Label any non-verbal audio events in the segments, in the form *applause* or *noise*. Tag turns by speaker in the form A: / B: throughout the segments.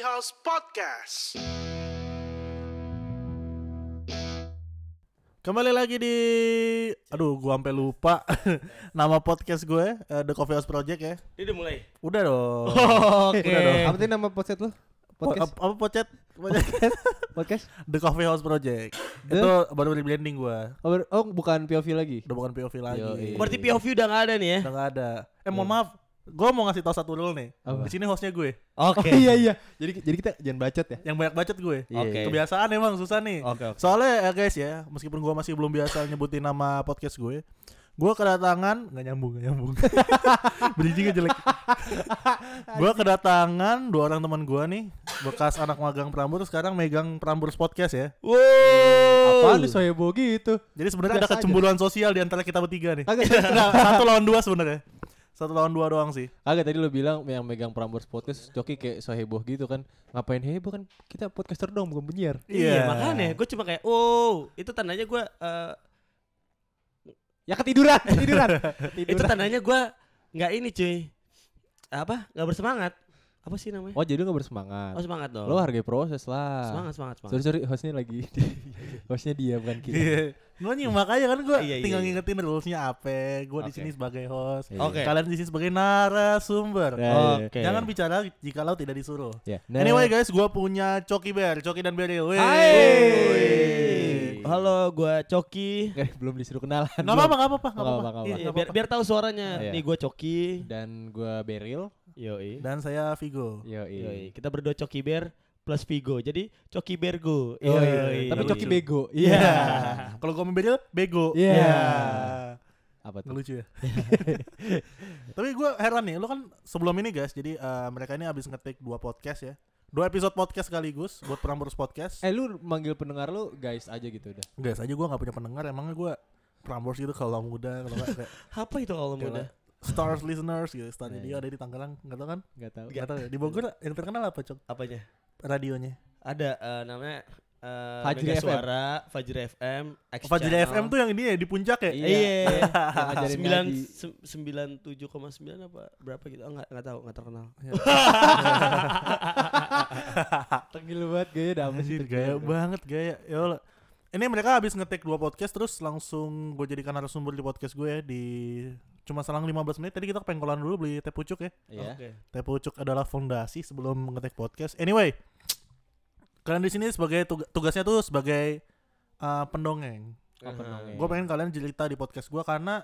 A: House Podcast. Kembali lagi di Aduh, gua sampai lupa *laughs* nama podcast gue, eh, The Coffee House Project ya.
B: Ini udah mulai.
A: Udah *laughs* dong.
C: Oke.
A: Udah dong.
C: Apa tadi nama podcast lu?
A: Po-
C: Podcast.
A: ap- apa pocet? Pocet.
C: Podcast.
A: The Coffee House Project.
C: The-
A: Itu baru rebranding gua.
C: Oh, ber- oh, bukan POV lagi.
A: Udah bukan POV lagi.
C: Yoi.
B: Berarti POV udah gak ada nih ya.
A: Udah gak ada. Eh, mohon maaf. Gua mau ngasih tau satu rule nih.
C: Apa?
A: Di sini hostnya gue.
C: Oke. iya iya. Jadi jadi kita jangan bacot ya.
A: Yang banyak bacot gue.
C: Iya. Oke.
A: Kebiasaan emang susah nih.
C: Oke, oke.
A: Soalnya ya guys ya, meskipun gua masih belum biasa nyebutin nama podcast gue, gua kedatangan nggak nyambung, nggak nyambung. *laughs* Bridging jelek. gua kedatangan dua orang teman gua nih, bekas anak magang Prambors sekarang megang Prambors podcast ya.
B: Wow.
C: Apaan lu sohebo gitu?
A: Jadi sebenarnya ada
C: Biasa aja.
A: kecemburuan sosial di antara kita bertiga nih.
C: Kagak tadi-
A: Nggak, satu lawan dua sebenarnya. Satu lawan dua doang sih.
C: Nah, kagak tadi lu bilang yang megang Prambors podcast joki kayak soheboh gitu kan. Ngapain heboh kan? Kita podcaster dong bukan penyiar.
B: Iya makanya gue cuma kayak wow itu tandanya gue eh,
C: Ya ketiduran, *laughs* ketiduran.
B: itu tandanya gue nggak ini cuy apa nggak bersemangat apa sih namanya
C: Oh, jadi lu gak bersemangat.
B: oh semangat dong
C: Lo hargai proses lah.
B: semangat semangat semangat
C: Sorry sorry hostnya lagi. *laughs* hostnya dia bukan kita.
A: Iya. Makanya makanya kan gue
B: Iya, iya,
A: tinggal
B: iya.
A: ngingetin rulesnya apa. Gue di
C: Oke.
A: sini sebagai host.
C: Iya.
B: Oke.
A: Kalian di sini sebagai narasumber. Oh,
C: Ya,
B: Oke.
C: ya, ya.
A: Jangan bicara jikalau tidak disuruh.
C: Ya.
A: Anyway guys, gue punya Coki Bear, Coki dan Beril. Wey.
B: Hai halo gue Coki
C: Nggak, *laughs* belum disuruh kenalan.
A: Nggak
C: belum.
A: apa-apa, nggak apa-apa, nggak
C: Nggak
A: apa-apa.
C: apa-apa, nggak
A: Iya,
B: Iya,
A: nggak
B: biar
A: apa-apa.
B: biar tahu suaranya
C: Iya.
B: nih gue Coki
C: Dan gua Beril.
B: yoi
A: Dan saya Vigo.
C: Yoi.
B: yoi kita berdua Coki Bear plus Vigo jadi Coki Bergo
C: Oh,
A: Yoi.
C: Tapi
A: Iya.
C: Coki bego.
A: Iya. Kalau gue sama Beril, bego.
C: Iya.
A: Iya.
C: Apa tuh?
A: Ngelucu ya. Tapi gue heran nih, lo kan sebelum ini guys, jadi eh, mereka ini habis ngetik dua podcast ya. Dua episode podcast sekaligus buat Prambors Podcast.
C: Eh lu manggil pendengar lu guys aja gitu udah.
A: Guys aja gue gak punya pendengar Emangnya gue Prambors gitu kalau muda kalau nggak kayak,
B: apa itu kalau
A: kayak
B: muda
A: Stars listeners gitu Star
C: Iya,
A: Radio ada di Tangerang Gak tau kan
C: Enggak tahu.
A: Gak tau ya Di Bogor yang terkenal apa Cok?
B: apanya
A: Radionya
B: ada eh, namanya eh,
C: Fajri Oh,
B: Mega
C: FM.
B: Suara, Fajri FM, X
A: Fajri
B: Channel.
A: FM tuh yang ini ya di puncak ya
C: Iya.
B: Iya. *laughs*
C: Yang ngajarin
B: Sembilan
C: ngaji.
B: se- sembilan tujuh koma sembilan apa berapa gitu? Oh, nggak nggak tahu nggak terkenal.
C: Tengil banget gaya udah apa sih?
A: Anjir gaya banget gaya Ya Allah. Ini mereka habis ngetik dua podcast Terus langsung gue jadikan narasumber di podcast gue ya Di Cuma selang 15 menit Tadi kita ke pengkolan dulu beli teh pucuk ya
C: Iya.
B: Oke.
A: Teh pucuk adalah fondasi sebelum ngetek podcast. Anyway, kalian di sini sebagai tug- tugasnya tuh sebagai uh, pendongeng.
C: Apa namanya?
A: Gue Nah, pengen kalian cerita di podcast gue karena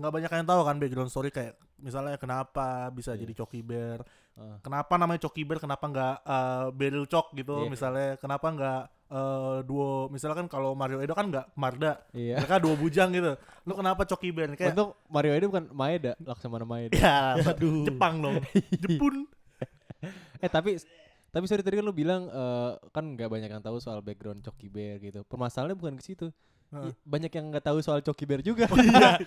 A: nggak banyak yang tahu kan background story kayak misalnya kenapa bisa
C: Iya.
A: jadi coki bear,
C: Ah.
A: kenapa namanya coki bear, kenapa nggak uh, Beril cok gitu,
C: Iya.
A: misalnya kenapa nggak uh, duo, misalnya kan kalau Mario Edo kan nggak Marda,
C: Iya.
A: mereka dua bujang gitu. Lu kenapa coki bear? Kayak
C: Untung Mario itu bukan Maeda, Laksamana Maeda.
A: *laughs*
C: *laughs*
A: ya, Jepang dong,
C: Iya.
A: Jepun.
C: eh tapi tapi sorry tadi kan lu bilang eh, kan nggak banyak yang tahu soal background Coki Bear gitu. Permasalahannya bukan ke situ.
A: Heeh.
C: I- Banyak yang nggak tahu soal Coki Bear juga.
A: Iya.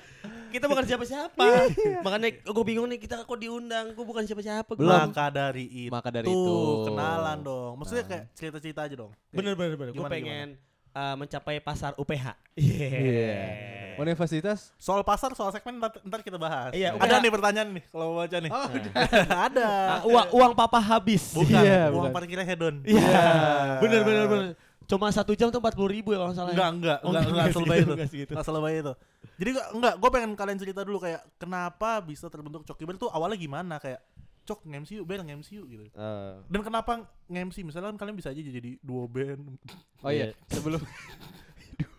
B: Kita bukan siapa-siapa. Makanya gue bingung nih kita kok diundang. Gue bukan siapa-siapa. gua.
C: Belum.
A: Maka dari itu.
C: Maka dari itu. Nah.
A: kenalan dong. Maksudnya kayak cerita-cerita aja dong.
B: Bener bener bener. Gue
A: Gimana,
B: pengen eh, mencapai pasar UPH. Iya.
C: *laughs* Universitas
A: Soal pasar, soal segmen ntar, ntar kita bahas.
B: Iya,
A: ada
B: udah.
A: nih pertanyaan nih kalau mau baca nih.
C: Oh,
A: *laughs* ada.
C: *laughs*
B: Ah, uang uang papa habis.
A: Bukan,
C: Iya,
A: uang
C: bukan.
A: parkirnya hedon.
B: *laughs* Iya. Bener bener bener. Cuma satu jam tuh empat puluh ribu ya kalau nggak salah. ya?
A: Enggak, enggak,
B: Oh,
A: enggak, enggak,
B: enggak
A: selebay
B: segitu,
A: itu.
B: enggak gitu. segitu.
A: Enggak selebay itu. Jadi enggak, enggak, gue pengen kalian cerita dulu kayak kenapa bisa terbentuk Coki Bear tuh awalnya gimana kayak Cok nge-MC yuk, Bear nge-MC yuk gitu.
B: Eh,
A: Dan kenapa nge-MC? Misalnya kan kalian bisa aja jadi duo band.
C: Oh iya, sebelum Du-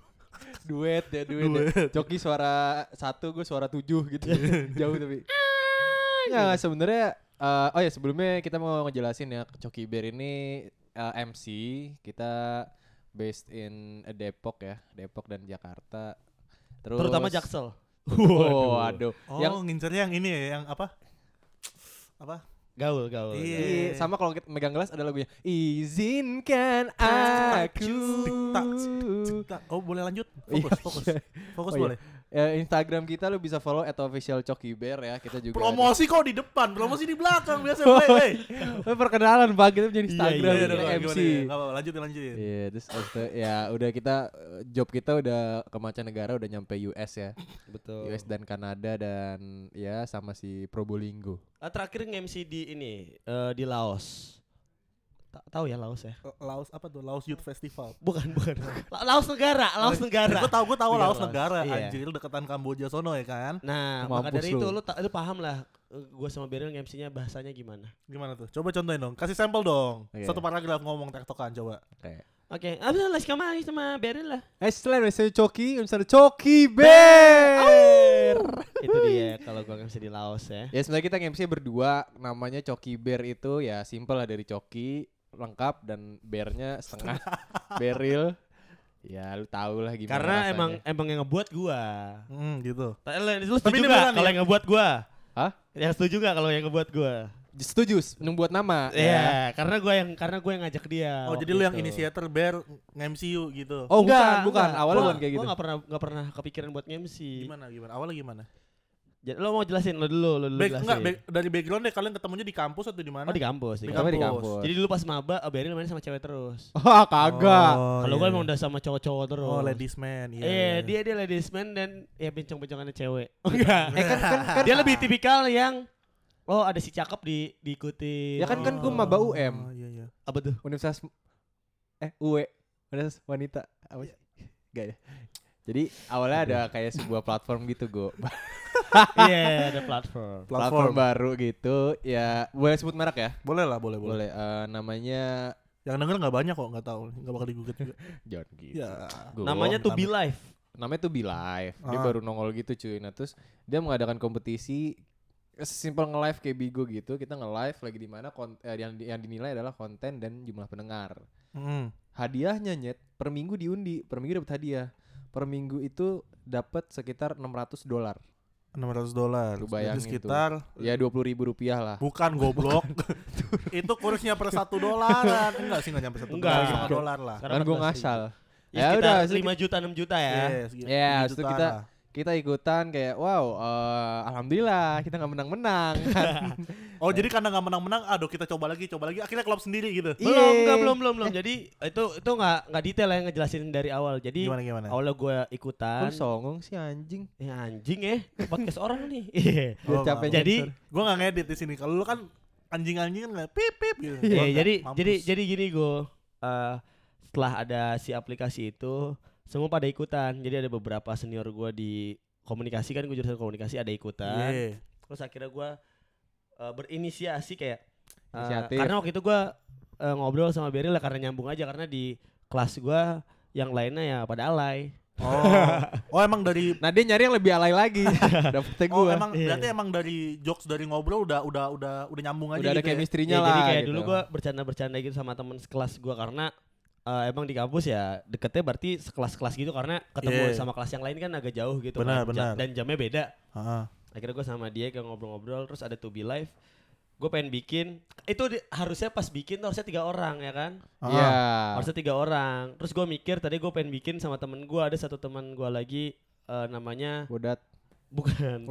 C: duet ya duet, ya. Coki suara satu, gue suara tujuh gitu. Jauh tapi. Nggak, nggak, sebenarnya. eh, oh ya sebelumnya kita mau ngejelasin ya Coki Bear ini eh, MC kita based in eh, Depok ya, Depok dan Jakarta. Terus
B: terutama Jaksel.
C: Oh, aduh.
A: Oh,
C: Yang
A: ngincernya yang ini ya, yang apa? Apa?
B: Gaul gaul.
A: Iya.
C: Iya, sama kalau kita megang gelas ada lagunya Izinkan aku
A: Tak, cek, tak. Oh boleh lanjut?
C: Iya,
A: Fokus, fokus,
C: iya.
A: fokus
C: Oh iya.
A: boleh.
C: Ya, Instagram kita lu bisa follow at official Coki Bear ya. Kita juga
A: Promosi kok di depan, promosi di belakang
B: *laughs*
A: biasa. Boleh, hey.
C: Eh, *laughs* perkenalan Pak, kita punya Instagram
B: Iya,
C: kita
B: iya,
C: MC.
A: lanjutin, lanjutin.
C: Iya, terus abis itu ya udah kita eh, job kita udah ke mancanegara udah nyampe US ya.
B: Betul.
C: US dan Kanada dan ya sama si Probolinggo.
B: Ah, terakhir nge-MC di ini eh, di eh, Laos. Ta- Tahu ya Laos ya?
A: Laos apa tuh? Laos Youth Festival.
B: Bukan, bukan. *laughs* La- Laos negara, Laos negara.
A: Gue tau, gue tau
B: Negara
A: Laos
B: Laos.
A: negara
B: Iya.
A: anjir deketan Kamboja sono ya kan.
B: Nah,
C: Mampus
B: maka dari
C: lu.
B: itu lu, ta- lu paham lah gue sama Beryl MC-nya bahasanya gimana.
A: Gimana tuh? Coba contohin dong. Kasih sampel dong.
B: Iya.
C: Oke.
A: Satu paragraf ngomong tektokan coba.
B: Oke, abis lah sama sama Beryl lah.
C: Excellent, Mr. Coki, Mr. Coki Bear.
B: itu dia kalau gua MC di Laos ya.
C: Ya sebenarnya kita MC berdua, namanya Coki Bear itu ya simple lah dari Coki lengkap dan bearnya
B: *laughs*
C: setengah beril. Ya lu tau lah gimana
B: Karena
C: rasanya.
B: emang emang yang ngebuat gua.
A: Hmm, gitu.
B: Ta- Lu
A: Tapi
B: setuju
A: ini
B: nggak
A: beneran
B: kalau
A: ya?
B: yang ngebuat gua?
C: Hah?
B: Yang setuju nggak kalau yang ngebuat gua?
C: Setuju, yang buat nama ya.
B: Iya, karena gua yang karena gua yang ngajak dia. gitu.
A: Oh,
B: waktu
A: jadi lu yang
B: itu.
A: inisiator bear MCU gitu.
C: Oh
B: Nggak,
C: bukan, bukan,
B: nggak.
C: awalnya
B: Gua-
C: bukan kayak gitu
B: Gua gak pernah gak pernah kepikiran buat MC.
A: Gimana gimana? Awalnya gimana?
B: Jadi lo mau jelasin lo dulu, lo dulu
A: Back,
B: jelasin.
A: enggak, back- dari background deh kalian ketemunya di kampus atau di mana?
B: Oh di kampus, di
A: Di
B: kampus.
C: Pertama di
A: kampus.
C: kampus.
B: Jadi dulu pas maba, oh, Beryl main sama cewek terus.
C: Wah kagak.
B: kalau gua
A: iya,
B: emang
A: iya.
B: udah sama cowok-cowok terus.
A: Oh, ladies man. Iya.
B: Iya,
A: iya.
B: dia dia ladies man dan ya bencong-bencongannya cewek. Enggak.
C: Eh kan kan kan
B: dia lebih tipikal yang oh ada si cakep di diikuti.
C: Ya kan- kan gua
A: Oh,
C: maba UM.
A: Iya, iya.
B: apa tuh?
C: Universitas eh UW Universitas wanita apa sih? Gak ya. Jadi awalnya ada kayak sebuah platform gitu go
B: *laughs* Iya, ada platform.
A: Platform.
C: platform baru gitu ya boleh sebut merek ya
A: Boleh lah, boleh, boleh.
C: boleh eh, namanya
A: Yang denger nggak banyak kok, nggak tahu, nggak bakal digugat juga.
C: John gitu
A: ya.
C: Go.
B: Namanya To Be Live.
C: namanya tuh Be Live dia
A: Ah.
C: baru nongol gitu cuy nah terus dia mengadakan kompetisi simpel nge-live kayak Bigo gitu kita nge-live lagi di mana kont- eh, yang yang dinilai adalah konten dan jumlah pendengar
A: Mm.
C: hadiahnya nyet per minggu diundi per minggu dapat hadiah per minggu itu dapat sekitar 600 dolar
A: 600 dolar.
C: Lu
A: Jadi
C: bayangin
A: sekitar
C: ya
B: Iya.
C: 20 ribu rupiah lah
A: bukan goblok. itu kursnya per 1 dolaran. Enggak sih enggak nyampe 1
B: Enggak.
A: dolar, setengah dolar lah.
B: Sekarang
C: kan gue
B: 14
C: ngasal
B: Ya,
C: ya udah
B: sekitar
C: segi-
B: 5 juta 6 juta ya.
A: Iya, segi-
C: Ya,
A: segitu
C: habis itu
A: jutaan
C: kita-
A: lah.
C: kita ikutan kayak wow eh, alhamdulillah kita nggak
B: *laughs*
C: menang-menang
A: Oh, jadi karena nggak menang-menang, aduh kita coba lagi, coba lagi. Akhirnya klop sendiri gitu.
B: Belum,
C: Iye.
B: enggak, belum, belum, belum. Jadi itu itu enggak enggak detail yang ngejelasin dari awal. Jadi
A: Gimana gimana?
B: awalnya gue ikutan.
C: Lu songong sih anjing
B: Ya anjing ya, podcast orang nih. *laughs* Iya.
A: Oh,
C: Biar capek
A: nggak.
B: Jadi-
C: sensor.
A: Gua nggak ngedit di sini. Kalau lu kan anjing-anjing kan nggak pip pip gitu. Gua
B: Iya,
A: nggak,
B: jadi
A: mampus.
B: jadi jadi gini gue setelah ada si aplikasi itu semua pada ikutan. Jadi ada beberapa senior gue di komunikasi kan gue jurusan komunikasi ada ikutan.
A: Iya.
B: Terus akhirnya gue berinisiasi kayak eh,
C: Inisiatif.
B: karena waktu itu gue ngobrol sama Beril lah karena nyambung aja karena di kelas gue yang lainnya ya pada alay.
A: Oh. Oh, emang dari
C: nah dia nyari yang lebih alay
B: *laughs*
C: lagi dapetnya
A: Oh,
C: gue
A: emang
B: Iya.
A: berarti emang dari jokes dari ngobrol udah udah udah udah nyambung aja
C: udah
A: gitu
C: ada
A: ya?
C: chemistry-nya
B: Ya,
C: lah
B: jadi kayak
C: gitu.
B: dulu gue bercanda-bercanda gitu sama temen sekelas gue karena eh, emang di kampus ya deketnya berarti sekelas-kelas gitu karena ketemu
A: Iya.
B: sama kelas yang lain kan agak jauh gitu
A: Benar,
B: kan, Ja-
A: benar.
B: dan jamnya beda
A: Heeh.
B: akhirnya gue sama dia kayak ngobrol-ngobrol terus ada to be live gue pengen bikin itu di- harusnya pas bikin tuh harusnya tiga orang ya kan
A: Heeh.
C: Iya.
B: harusnya tiga orang terus gue mikir tadi gue pengen bikin sama temen gue ada satu temen gue lagi eh, namanya *laughs*
C: Bodat.
B: bukan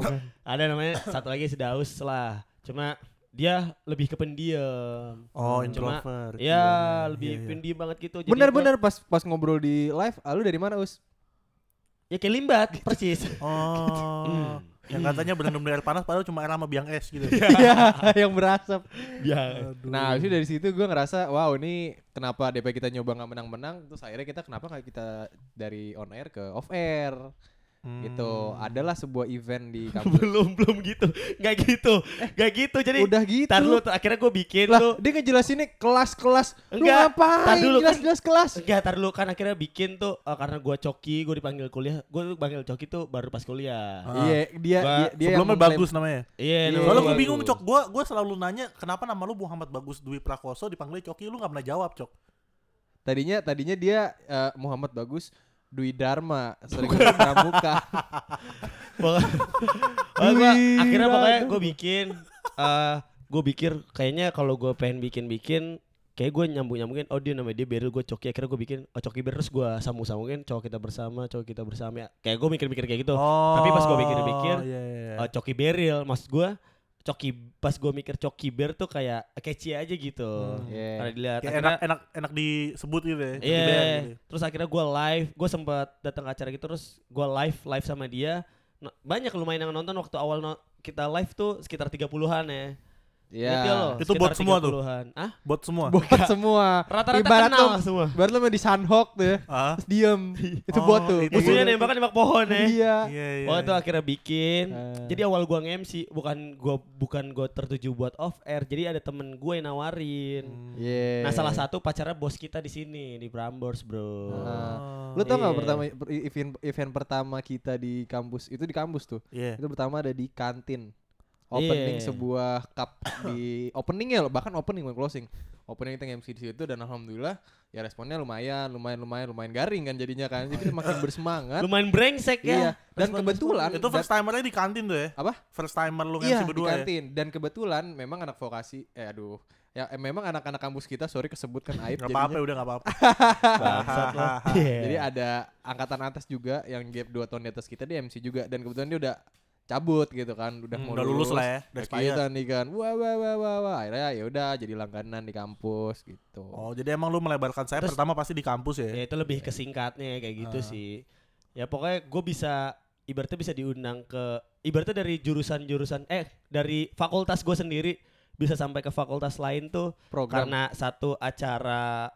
B: ada namanya satu lagi si Daus lah cuma dia lebih ke pendiam
A: Oh,
B: Cuma-
A: introvert.
B: Ya lebih
A: iya, iya.
B: pindi banget gitu. Jadi
C: Bener-bener pas pas ngobrol di live, ah, lu dari mana us?
B: gua- Ya kayak limbat *laughs* persis.
A: Oh. yang katanya berendam di air panas padahal cuma air sama biang es gitu.
C: Hmm. Iya, yang berasap.
B: ya.
A: Aduh.
C: Nah, itu dari situ gue ngerasa, wow ini kenapa DP kita nyoba nggak menang-menang, terus akhirnya kita kenapa nggak kita dari on air ke off air,
A: Hmm.
C: gitu. Adalah sebuah event di
B: *laughs*
C: kampus.
B: *laughs* belum belum gitu. Gak gitu. Gak gitu. Jadi
C: Udah gitu.
B: Ntar lu tuh, akhirnya gue bikin
C: lah,
B: tuh.
C: dia ngejelasinnya kelas-kelas. Lu
B: Enggak, tar
C: ngapain?
B: dulu, kan-
C: Jelas-jelas kelas.
B: Enggak, ntar lu kan akhirnya bikin tuh eh, karena gua coki, gue dipanggil kuliah, gue panggil coki tuh baru pas kuliah.
A: Ah.
C: Iya, dia
B: Gua-
C: dia, dia
A: Sebelumnya
C: mengklaim-
A: bagus namanya.
B: Iya,
C: Iya.
B: lu-
A: Soalnya
C: Bagus.
A: gue bingung cok, gue gua selalu nanya kenapa nama lu Muhammad Bagus Dwi Prakoso dipanggil Coki, lu gak pernah jawab cok.
C: Tadinya tadinya dia eh, Muhammad Bagus Dwi Dharma sering
B: *laughs*
C: pramuka. *laughs*
B: Pokoknya- Pokoknya gua-
C: Wih,
B: akhirnya pokoknya
C: random.
B: gue bikin eh gue pikir kayaknya kalau gue pengen bikin-bikin kayak gue nyambung nyambungin oh dia namanya dia Beril gue coki akhirnya gue bikin oh coki Beril terus gue sambung sambungin cowok kita bersama cowok kita bersama ya kayak gue mikir-mikir
C: Oh,
B: kayak gitu tapi pas gua pikir-pikir,
A: Oh. iya, iya, iya.
B: Eh, coki Beril maksud gue coki pas gue mikir coki Ber tuh kayak catchy aja gitu
A: Hmm.
C: Iya.
B: karena dilihat
A: Kayak
B: akhirnya
A: enak, enak, enak disebut gitu ya. Coki
B: Iya.
A: Bear gitu.
B: Terus akhirnya gue live, gue sempat datang ke acara gitu terus gue live live sama Nah, dia. No- Banyak lumayan yang nonton waktu awal no- kita live tuh sekitar 30-an ya. Berarti lo
C: Iya.
A: Itu
B: sekitar
A: bot semua tuh?
B: 30-an. Ah?
A: Bot semua.
C: Buat semua.
B: Rata-rata
C: Ibarat
B: kenal
C: lo-
B: semua. Iya.
C: Baru lo main di Sunhawk tuh ya.
A: Ah,
C: Terus diem. Itu
A: Oh,
C: buat tuh.
A: itu
B: Musuhnya nembakan nembak pohon ya.
C: Iya.
A: iya iya.
B: Oh itu akhirnya bikin.
C: Eh.
B: Jadi awal gua nge-MC bukan gua bukan gua tertuju buat off air. Jadi ada temen gue yang nawarin.
C: Iya.
B: Nah salah satu pacarnya bos kita di sini di Prambors bro.
C: Nah,
A: Oh,
C: Lu tau gak
B: Iya.
C: pertama per- event event pertama kita di kampus itu di kampus tuh.
A: Iya.
C: Itu pertama ada di kantin. Opening
B: Iya.
C: sebuah cup di *coughs* openingnya loh, bahkan opening bukan closing. Opening kita MC di situ dan alhamdulillah ya responnya lumayan, lumayan, lumayan, lumayan garing kan jadinya
A: *laughs*
C: kan. Jadi makin bersemangat.
B: Lumayan brengsek
C: Iya.
B: ya.
C: Dan
B: Respon-respon.
C: kebetulan
A: Itu
C: dan-
A: first timernya di kantin tuh ya.
C: Apa?
A: First timer lu nge-MC
C: Iya di
A: berdua ya.
C: kantin dan kebetulan memang anak vokasi eh aduh ya eh, memang anak-anak kampus kita sorry
A: *laughs*
C: kesebutkan aib
A: Gak apa-apa ya.
C: jadinya.
A: udah gak
C: *laughs*
A: apa-apa.
B: Bangsat lo. Iya.
C: jadi ada angkatan atas juga yang gap 2 tahun di atas kita di MC juga dan kebetulan dia udah cabut gitu kan udah
A: *laughs* Hmm,
C: mau
A: udah lulus lah ya, udah
C: udah
A: expired.
C: kita nih kan wah wah wah wah wah akhirnya ya udah jadi langganan di kampus gitu
A: Oh, jadi emang lu melebarkan saya
B: Terus-
A: pertama pasti di kampus ya.
C: Iya.
A: Ah.
B: Ya itu lebih kesingkatnya kayak gitu sih. Ya pokoknya gue bisa ibaratnya bisa diundang ke ibaratnya dari jurusan-jurusan eh dari fakultas gue sendiri bisa sampai ke fakultas lain tuh
C: program
B: karena satu acara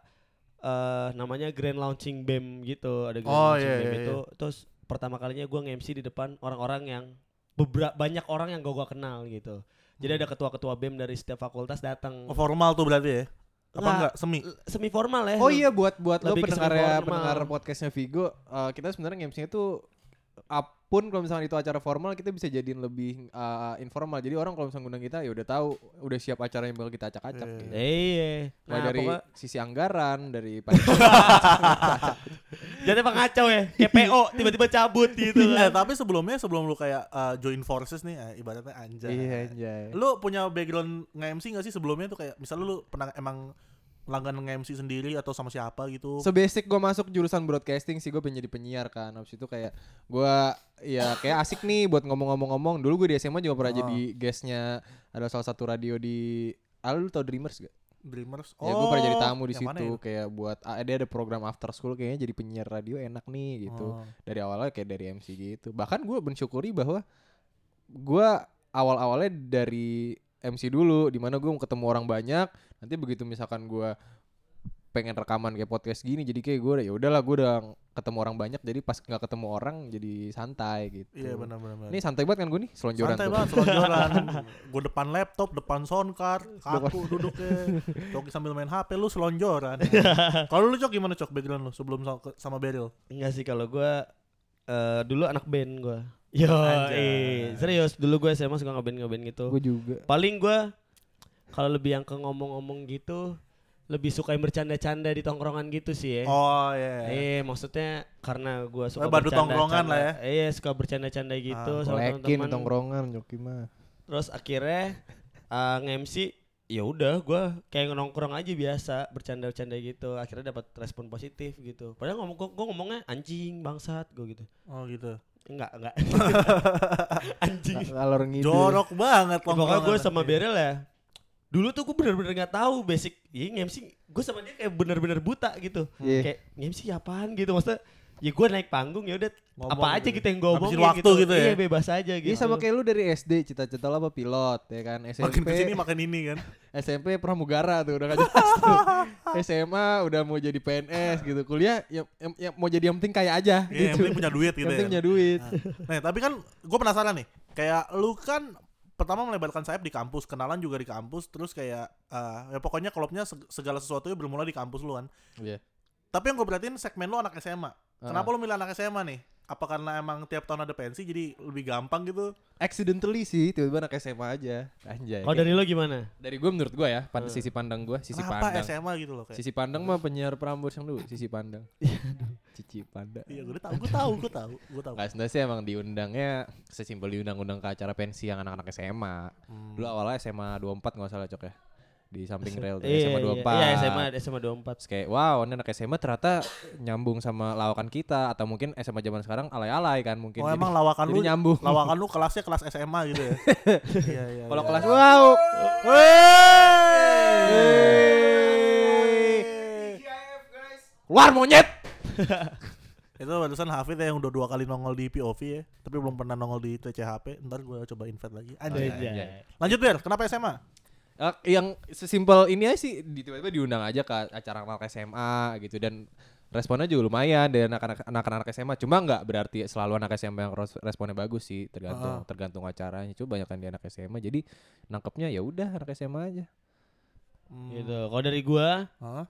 B: eh namanya grand launching BEM gitu ada grand
A: Oh,
B: launching
A: iya,
B: BEM
A: iya,
B: itu terus pertama kalinya gue nge-MC di depan orang-orang yang beberapa banyak orang yang gue gua kenal gitu jadi ada ketua-ketua BEM dari setiap fakultas datang
A: Hmm. Oh, formal tuh berarti ya. Apa
B: Nggak.
A: enggak semi? *laughs*
B: semi formal ya
C: oh iya buat buat lo
B: Lebih ke
C: pendengar
B: semi
C: ya
B: formal.
C: pendengar podcastnya Vigo eh, kita sebenarnya MC-nya tuh apun kalau misalnya itu acara formal kita bisa jadiin lebih eh, informal jadi orang kalau misalnya ngundang kita ya udah tahu udah siap acara yang bakal kita acak-acak
A: Iya.
C: gitu.
B: iya
C: Mulai
B: nah,
C: dari
B: pokoknya-
C: sisi anggaran dari
B: Jadi pengacau ya, kayak *laughs* PO tiba-tiba cabut gitu
A: Eh,
B: kan.
A: tapi sebelumnya sebelum lu kayak eh, join forces nih eh, ibaratnya anjay.
C: Iya, anjay.
A: Lu punya background nge-MC gak sih sebelumnya tuh kayak misalnya lu pernah emang langganan nge-MC sendiri atau sama siapa gitu?
C: Sebasic gue masuk jurusan broadcasting sih gue pengen jadi penyiar kan Habis itu kayak gue ya kayak asik nih buat ngomong-ngomong-ngomong Dulu gue di SMA juga pernah
A: Oh.
C: jadi guestnya Ada salah satu radio di Ah lu tau Dreamers gak?
A: Dreamers.
C: Ya gue pernah jadi
A: Oh,
C: tamu di
A: yang mana
C: situ
A: itu?
C: kayak buat ah, dia ada program after school kayaknya jadi penyiar radio enak nih gitu.
A: Oh.
C: Dari awalnya kayak dari MC gitu. Bahkan gue mensyukuri bahwa gue awal-awalnya dari MC dulu dimana gue ketemu orang banyak. Nanti begitu misalkan gue pengen rekaman kayak podcast gini jadi kayak gue ya udahlah gue udah ketemu orang banyak jadi pas nggak ketemu orang jadi santai gitu.
A: Iya benar benar. benar.
C: Ini santai banget kan gue nih selonjoran
A: Santai
C: tuh.
A: banget
C: *laughs*
A: selonjoran. gue depan laptop, depan sound card, kaku duduknya. Coki sambil main HP lu
C: *laughs*
A: selonjoran. Kalau lu Cok gimana Cok background lu sebelum sama, sama Beryl?
B: Enggak sih kalau gua eh, dulu anak band gua. Yo,
A: Anjay.
B: eh, serius dulu gue SMA suka ngeband ngeband gitu.
C: Gue juga.
B: Paling gua kalau lebih yang ke ngomong-ngomong gitu lebih suka yang bercanda-canda di tongkrongan gitu sih ya.
A: Oh iya.
B: Eh, maksudnya karena gua suka
A: Eh, badut tongkrongan lah ya.
B: Iya, suka bercanda-canda gitu
A: Ah,
B: sama
C: Lekin
B: teman-teman.
C: tongkrongan Joki
A: *laughs*
C: mah.
B: Terus akhirnya eh, nge-MC ya udah gua kayak nongkrong aja biasa bercanda-bercanda gitu akhirnya dapat respon positif gitu padahal ngomong gua, gua ngomongnya anjing bangsat gua gitu
A: Oh gitu.
B: enggak enggak
A: *laughs*
B: anjing
A: Nah,
C: Kalau orang
A: Jorok banget
B: Ya, pokoknya gue
A: tongkrongan.
B: sama
A: Iya.
B: Beryl ya dulu tuh gue bener-bener nggak tahu basic ya MC gue sama dia kayak bener-bener buta gitu
C: Iya.
B: kayak MC apaan gitu maksudnya ya gue naik panggung ya udah
A: Ngomong
B: apa aja
A: gitu.
B: gitu yang gue
A: Habisin
B: omongin
A: waktu gitu ya.
B: iya bebas aja gitu
C: Iya sama kayak lu dari SD cita-cita lo apa pilot ya kan SMP
A: Iya. makin kesini makin ini
C: *laughs*
A: kan.
C: SMP pramugara tuh udah gak jelas tuh SMA udah mau jadi PNS gitu kuliah ya, ya- ya mau jadi yang penting kaya aja
A: Iya, yang
C: gitu.
A: penting punya duit gitu
C: Yang
A: ya.
C: penting punya duit
A: Nah, tapi kan gue penasaran nih. Kayak lu kan pertama melebarkan sayap di kampus, kenalan juga di kampus, terus kayak eh, ya pokoknya klubnya seg- segala sesuatunya bermula di kampus lu kan.
C: *laughs* Iya.
A: Tapi yang gue perhatiin segmen lu anak SMA. Kenapa
C: Ah.
A: lu milih anak SMA nih? Apa karena emang tiap tahun ada pensi jadi lebih gampang gitu?
C: accidentally sih tiba-tiba anak SMA aja anjay
B: kalau dari lo gimana
C: dari gue menurut gue ya pan- sisi pandang gue sisi
A: Eh. Kenapa
C: pandang
A: SMA gitu loh kayak?
C: sisi pandang mah penyiar prambors yang dulu sisi
A: *laughs*
C: pandang cici pandang
A: Iya, gue tahu, gue tahu, gue tahu, gue tahu.
C: Gak sebenarnya sih emang diundangnya sesimpel diundang-undang ke acara pensi yang anak-anak SMA.
A: Hmm.
C: Dulu awalnya SMA 24 gak salah cok ya. Di samping rel tuh,
B: Iya,
C: SMA 24.
B: iya, iya SMA SMA 24
C: Terus kayak wow ini anak SMA ternyata nyambung sama lawakan kita atau mungkin SMA zaman sekarang alay-alay kan mungkin.
A: Oh
C: Jadi-
A: emang lawakan
C: jadi
A: lu
C: nyambung.
A: Lawakan lu kelasnya kelas SMA gitu
C: *laughs*
A: ya. Iya iya.
C: Kalau
A: iya.
C: kelas wow.
A: Wey!
C: Keluar monyet.
A: Itu barusan Hafid ya yang udah dua kali nongol di POV ya, tapi
C: Oh, iya.
B: Oh, iya,
A: belum pernah nongol di TCHP. Ntar gue coba invite lagi. Anjay.
B: Anjay.
A: Lanjut Ber, kenapa SMA?
C: Eh, yang sesimpel ini aja sih di- tiba-tiba diundang aja ke acara anak SMA gitu dan responnya juga lumayan dari anak-anak anak-anak SMA cuma nggak berarti selalu anak SMA yang ros- responnya bagus sih tergantung tergantung acaranya cuma banyak di anak SMA jadi nangkepnya ya udah anak SMA aja
A: Hmm.
B: Gitu. Kalau dari gua,
A: Hah?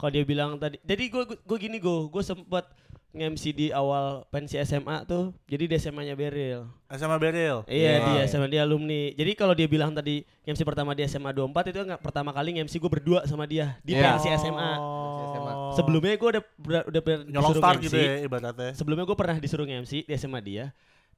B: kalau dia bilang tadi, jadi gua gua, gua gini gua, gua sempet nge-MC di awal pensi SMA tuh. Jadi di SMA-nya Beril.
A: SMA Beril.
B: Iya,
C: Wow.
B: dia sama dia alumni. Jadi kalau dia bilang tadi MC pertama di SMA 24 itu nggak pertama kali MC gue berdua sama dia di
C: Iya.
B: pensi SMA.
C: SMA.
B: Sebelumnya gue udah ber- udah per-
A: Oh. nyolong
B: disuruh
A: start
B: nge-MC.
A: gitu ya ibaratnya.
C: Iya.
B: Sebelumnya gue pernah disuruh MC di SMA dia.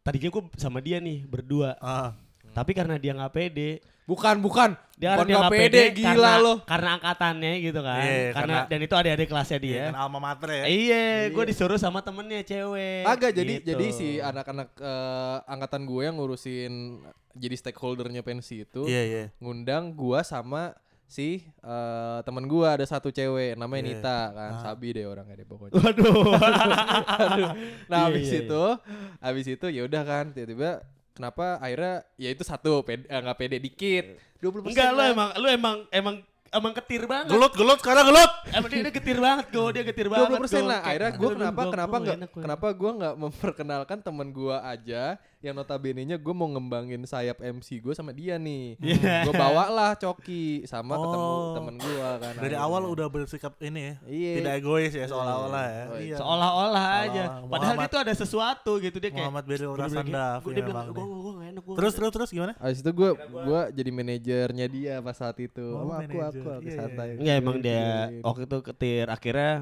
B: Tadinya gue sama dia nih berdua.
A: Ah.
B: Tapi karena dia nggak pede,
C: bukan bukan
B: dia kan
C: bukan
B: dia
C: nggak pede gila
B: karena,
C: lo
B: Karena angkatannya gitu kan.
A: Iya,
B: karena,
A: karena-
B: dan itu ada-ada kelasnya dia.
A: Iya, kan alma mater ya.
B: Iya, gue disuruh sama temennya cewek.
C: Agak jadi
B: Gitu.
C: jadi si anak-anak eh, angkatan gue yang ngurusin jadi stakeholdernya pensi itu
A: Iya, iya.
C: ngundang gua sama si eh, teman gua ada satu cewek namanya
A: Iya.
C: Nita kan sabi deh orangnya deh *laughs* pokoknya.
B: Waduh.
C: Nah
B: Iya,
C: habis
B: iya,
C: itu habis itu ya udah kan tiba-tiba kenapa akhirnya ya itu satu pede, eh, nggak pede dikit 20%
B: Enggak lu
C: lah.
B: emang lu emang emang emang ketir banget.
A: Gelut, gelut, karena gelut.
B: Emang dia, dia getir banget go, dia getir banget.
C: 20%
B: go.
C: lah
B: Kayak,
C: akhirnya gue
B: aduh,
C: kenapa
B: gua-
C: kenapa
B: gua
C: nggak
B: enak, gua
C: kenapa gue nggak memperkenalkan temen gue aja yang notabene nya gue mau ngembangin sayap MC gue sama dia nih
B: Iya.
C: gue bawalah coki sama ketemu
A: Oh.
C: temen gue kan
A: Dari
C: akhirnya.
A: awal udah bersikap ini ya.
C: Iya.
A: Tidak egois ya seolah-olah ya.
C: Iya.
A: Iya.
B: enak. Seolah-olah aja.
A: Muhammad-
B: Padahal dia tuh ada sesuatu gitu dia kayak.
A: Muhammad Beril
B: bener-bener kayak,
A: Rasandaf ya
B: gua- Dia bilang
A: memang
B: gua
A: nih.
B: gua- gua nggak enak gua.
A: Terus, terus, terus gimana?
C: Abis itu gue gua jadi manajernya dia pas saat itu.
A: Oh,
C: Sama aku, aku,
A: manajer.
C: aku
A: Iya, iya,
C: santai. Iya.
B: Enggak emang dia waktu itu ketir akhirnya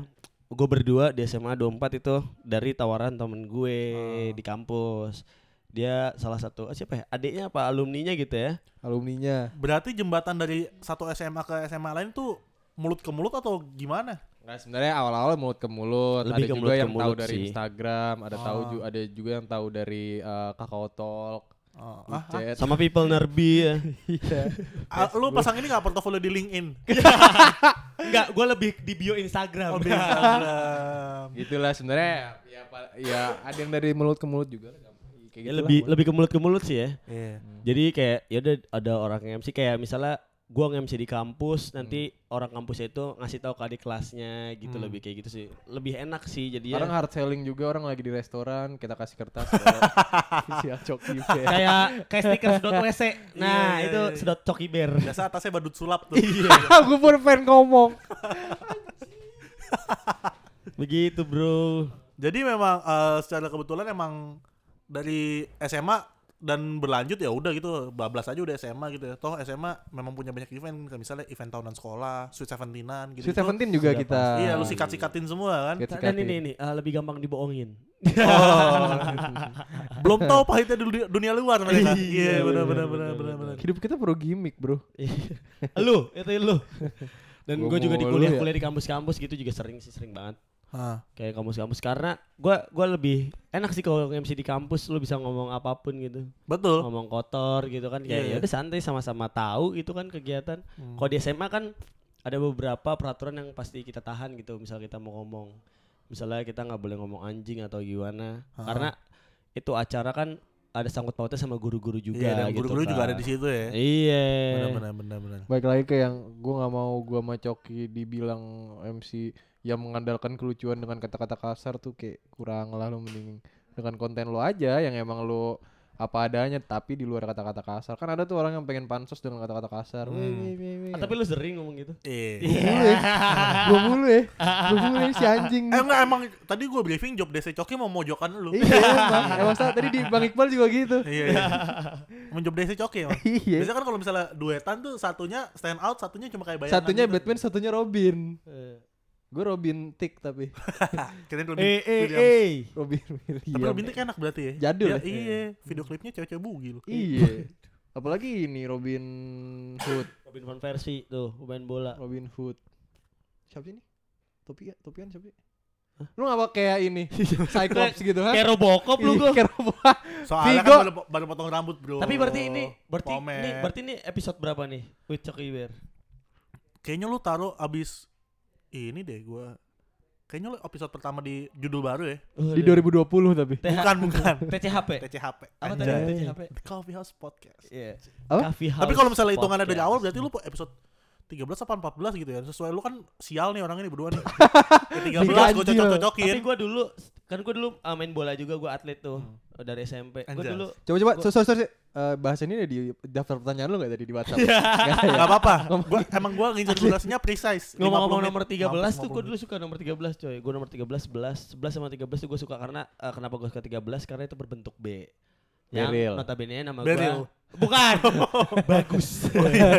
B: gue berdua di SMA 24 itu dari tawaran temen gue
A: Ah.
B: di kampus dia salah satu ah, siapa ya adiknya apa alumninya gitu ya
C: Alumninya.
A: Berarti jembatan dari satu SMA ke SMA lain tuh mulut ke mulut atau gimana?
C: Nah, sebenarnya awal-awal mulut ke mulut,
B: Lebih
C: ada
B: ke
C: juga
B: mulut ke
C: yang tahu
B: mulut
C: dari
B: sih.
C: Instagram, ada tahu ju- ada juga yang tahu dari eh, Kakao Talk,
A: Oh, ah,
C: WeChat.
B: sama people nerbi
A: *laughs*
B: ya
A: ah, lu pasang ini gak portofolio di LinkedIn?
B: enggak gue lebih di bio Instagram
A: Oh, di
B: *laughs*
A: Instagram.
C: Gitulah sebenarnya ya, pa- ya ada yang dari mulut ke mulut juga lah, gampang. Kayak
B: Ya
C: gitulah.
B: lebih lebih ke mulut ke mulut sih ya.
A: Iya.
B: Jadi kayak ya udah ada orang yang MC kayak misalnya gua nge-MC di kampus nanti
A: Hmm.
B: orang kampusnya itu ngasih tahu ke adik kelasnya gitu lebih kayak gitu sih. Lebih enak sih jadi
C: Orang hard selling juga orang lagi di restoran, kita kasih *laughs* kertas. iya. bawa- Isi coki Bear.
B: kayak *laughs* kayak stiker sedot WC. Nah, itu sedot coki bear.
A: Biasa atasnya badut sulap tuh.
C: *laughs* Aku pun pengen ngomong.
B: *laughs* Begitu, Bro.
A: Jadi memang eh, secara kebetulan emang dari SMA dan berlanjut ya udah gitu bablas aja udah SMA gitu ya. Toh SMA memang punya banyak event kayak misalnya event tahunan sekolah, Sweet Seventeenan gitu.
C: Sweet Seventeen juga
B: Sudah
C: kita.
A: Iya, lu sikat-sikatin semua kan.
C: Kita
B: Dan
C: sikatin.
B: ini ini ah, lebih gampang dibohongin.
A: *laughs* Oh. Belum tahu pahitnya di dunia- dunia luar mereka. Iya, benar benar benar benar benar.
C: Hidup kita pro gimmick, Bro.
B: *laughs* lu, itu lu. Dan
C: Gua
B: gue juga di
C: mulu ya.
B: kuliah-kuliah di kampus-kampus gitu juga sering sih, sering banget.
A: Ah,
B: kayak kampus-kampus karena gua gua lebih enak sih kalau MC di kampus lu bisa ngomong apapun gitu
A: betul.
B: ngomong kotor gitu kan kayak
A: Iya, Hmm. iya.
B: ya udah santai sama-sama tahu gitu kan kegiatan kalau di SMA kan ada beberapa peraturan yang pasti kita tahan gitu misal kita mau ngomong misalnya kita nggak boleh ngomong anjing atau gimana karena itu acara kan ada sangkut pautnya sama guru-guru juga
A: Iya, dan
B: gitu
A: guru-guru juga
B: kan.
A: ada di situ ya.
B: iya
A: Benar benar benar benar.
C: Baik lagi ke yang gua nggak mau gua sama Coki dibilang MC yang mengandalkan kelucuan dengan kata-kata kasar tuh kayak kurang lah lu mending dengan konten lo aja yang emang lo apa adanya tapi di luar kata-kata kasar kan ada tuh orang yang pengen pansos dengan kata-kata kasar
A: Hmm.
C: Weh, weh, weh, weh.
B: Ah, tapi lu sering ngomong gitu
A: Iya.
C: Gua mulu ya Gua mulu ya Gua mulu ya si anjing
A: Eh enggak emang tadi gue briefing job DC Coki mau mojokan lu.
C: iya emang emang salah tadi di Bang Iqbal juga gitu
A: Iya. iya. Menjob DC Coki emang.
C: Iya.
A: Biasanya kan kalau misalnya duetan tuh satunya stand out, satunya cuma kayak bayangan.
C: satunya
A: gitu.
C: Batman satunya Robin
A: Eh.
C: gue Robin Tick tapi
A: Kirain Robin
B: eh eh
A: Williams.
B: eh
C: Robin
A: Tapi Robin
C: Williams
A: Tick enak berarti ya.
C: Jadul
A: Ya,
C: ya.
A: Iya, video klipnya cewek-cewek bugil.
C: iya apalagi ini Robin Hood
B: Robin van Persie tuh main bola
C: Robin Hood. Siapa sih ini? Topi topian siapa sih? Lu gak pakai kayak ini Cyclops gitu ha?
B: Kayak Robocop lu
A: Iya.
B: gua.
C: Kayak robot.
A: Soalnya
C: Vigo.
A: kan baru, baru potong rambut, Bro.
B: Tapi berarti ini berarti
A: Pomer.
B: ini berarti ini episode berapa nih with Coki Bear?
A: kayaknya lu taruh abis ini deh gua Kayaknya lo episode pertama di judul baru ya.
C: Di 2020 tapi.
B: TH
A: Bukan, bukan.
B: TCHP.
A: TCHP.
B: Apa tadi
A: Anjay.
B: TCHP?
A: The Coffee House Podcast.
B: Iya.
C: Apa?
B: Coffee
A: Tapi
B: House
A: kalau misalnya hitungannya dari
B: Podcast.
A: awal berarti lu episode 13 apa 14 gitu ya. Sesuai lu kan sial nih orang ini berdua nih. Ya, Ke 13 gue
C: Diganjil.
A: cocok-cocokin.
B: Tapi gue dulu kan gue dulu uh, main bola juga gue atlet tuh
A: Hmm.
B: uh, dari SMP. Gue
A: Anjas.
B: dulu
C: Coba coba
B: Gua-
C: so, so, so, so- eh, bahas ini di daftar pertanyaan lu gak tadi di WhatsApp? Nggak ada ya?
A: Gak apa-apa. Gua, emang gue ngincer durasinya precise. 50
B: ngomong-ngomong
A: menit.
B: nomor 13 tuh
A: 50
B: gue
A: menit. *laughs*
B: dulu suka nomor 13 coy. Gue nomor 13 11 11 sama 13 tuh gue suka karena uh, kenapa gue suka 13 karena itu berbentuk B. Yang
C: Beril.
B: notabene nama
A: Beril.
B: gue *laughs* Bukan. Bagus.
A: *laughs* Oh, Iya.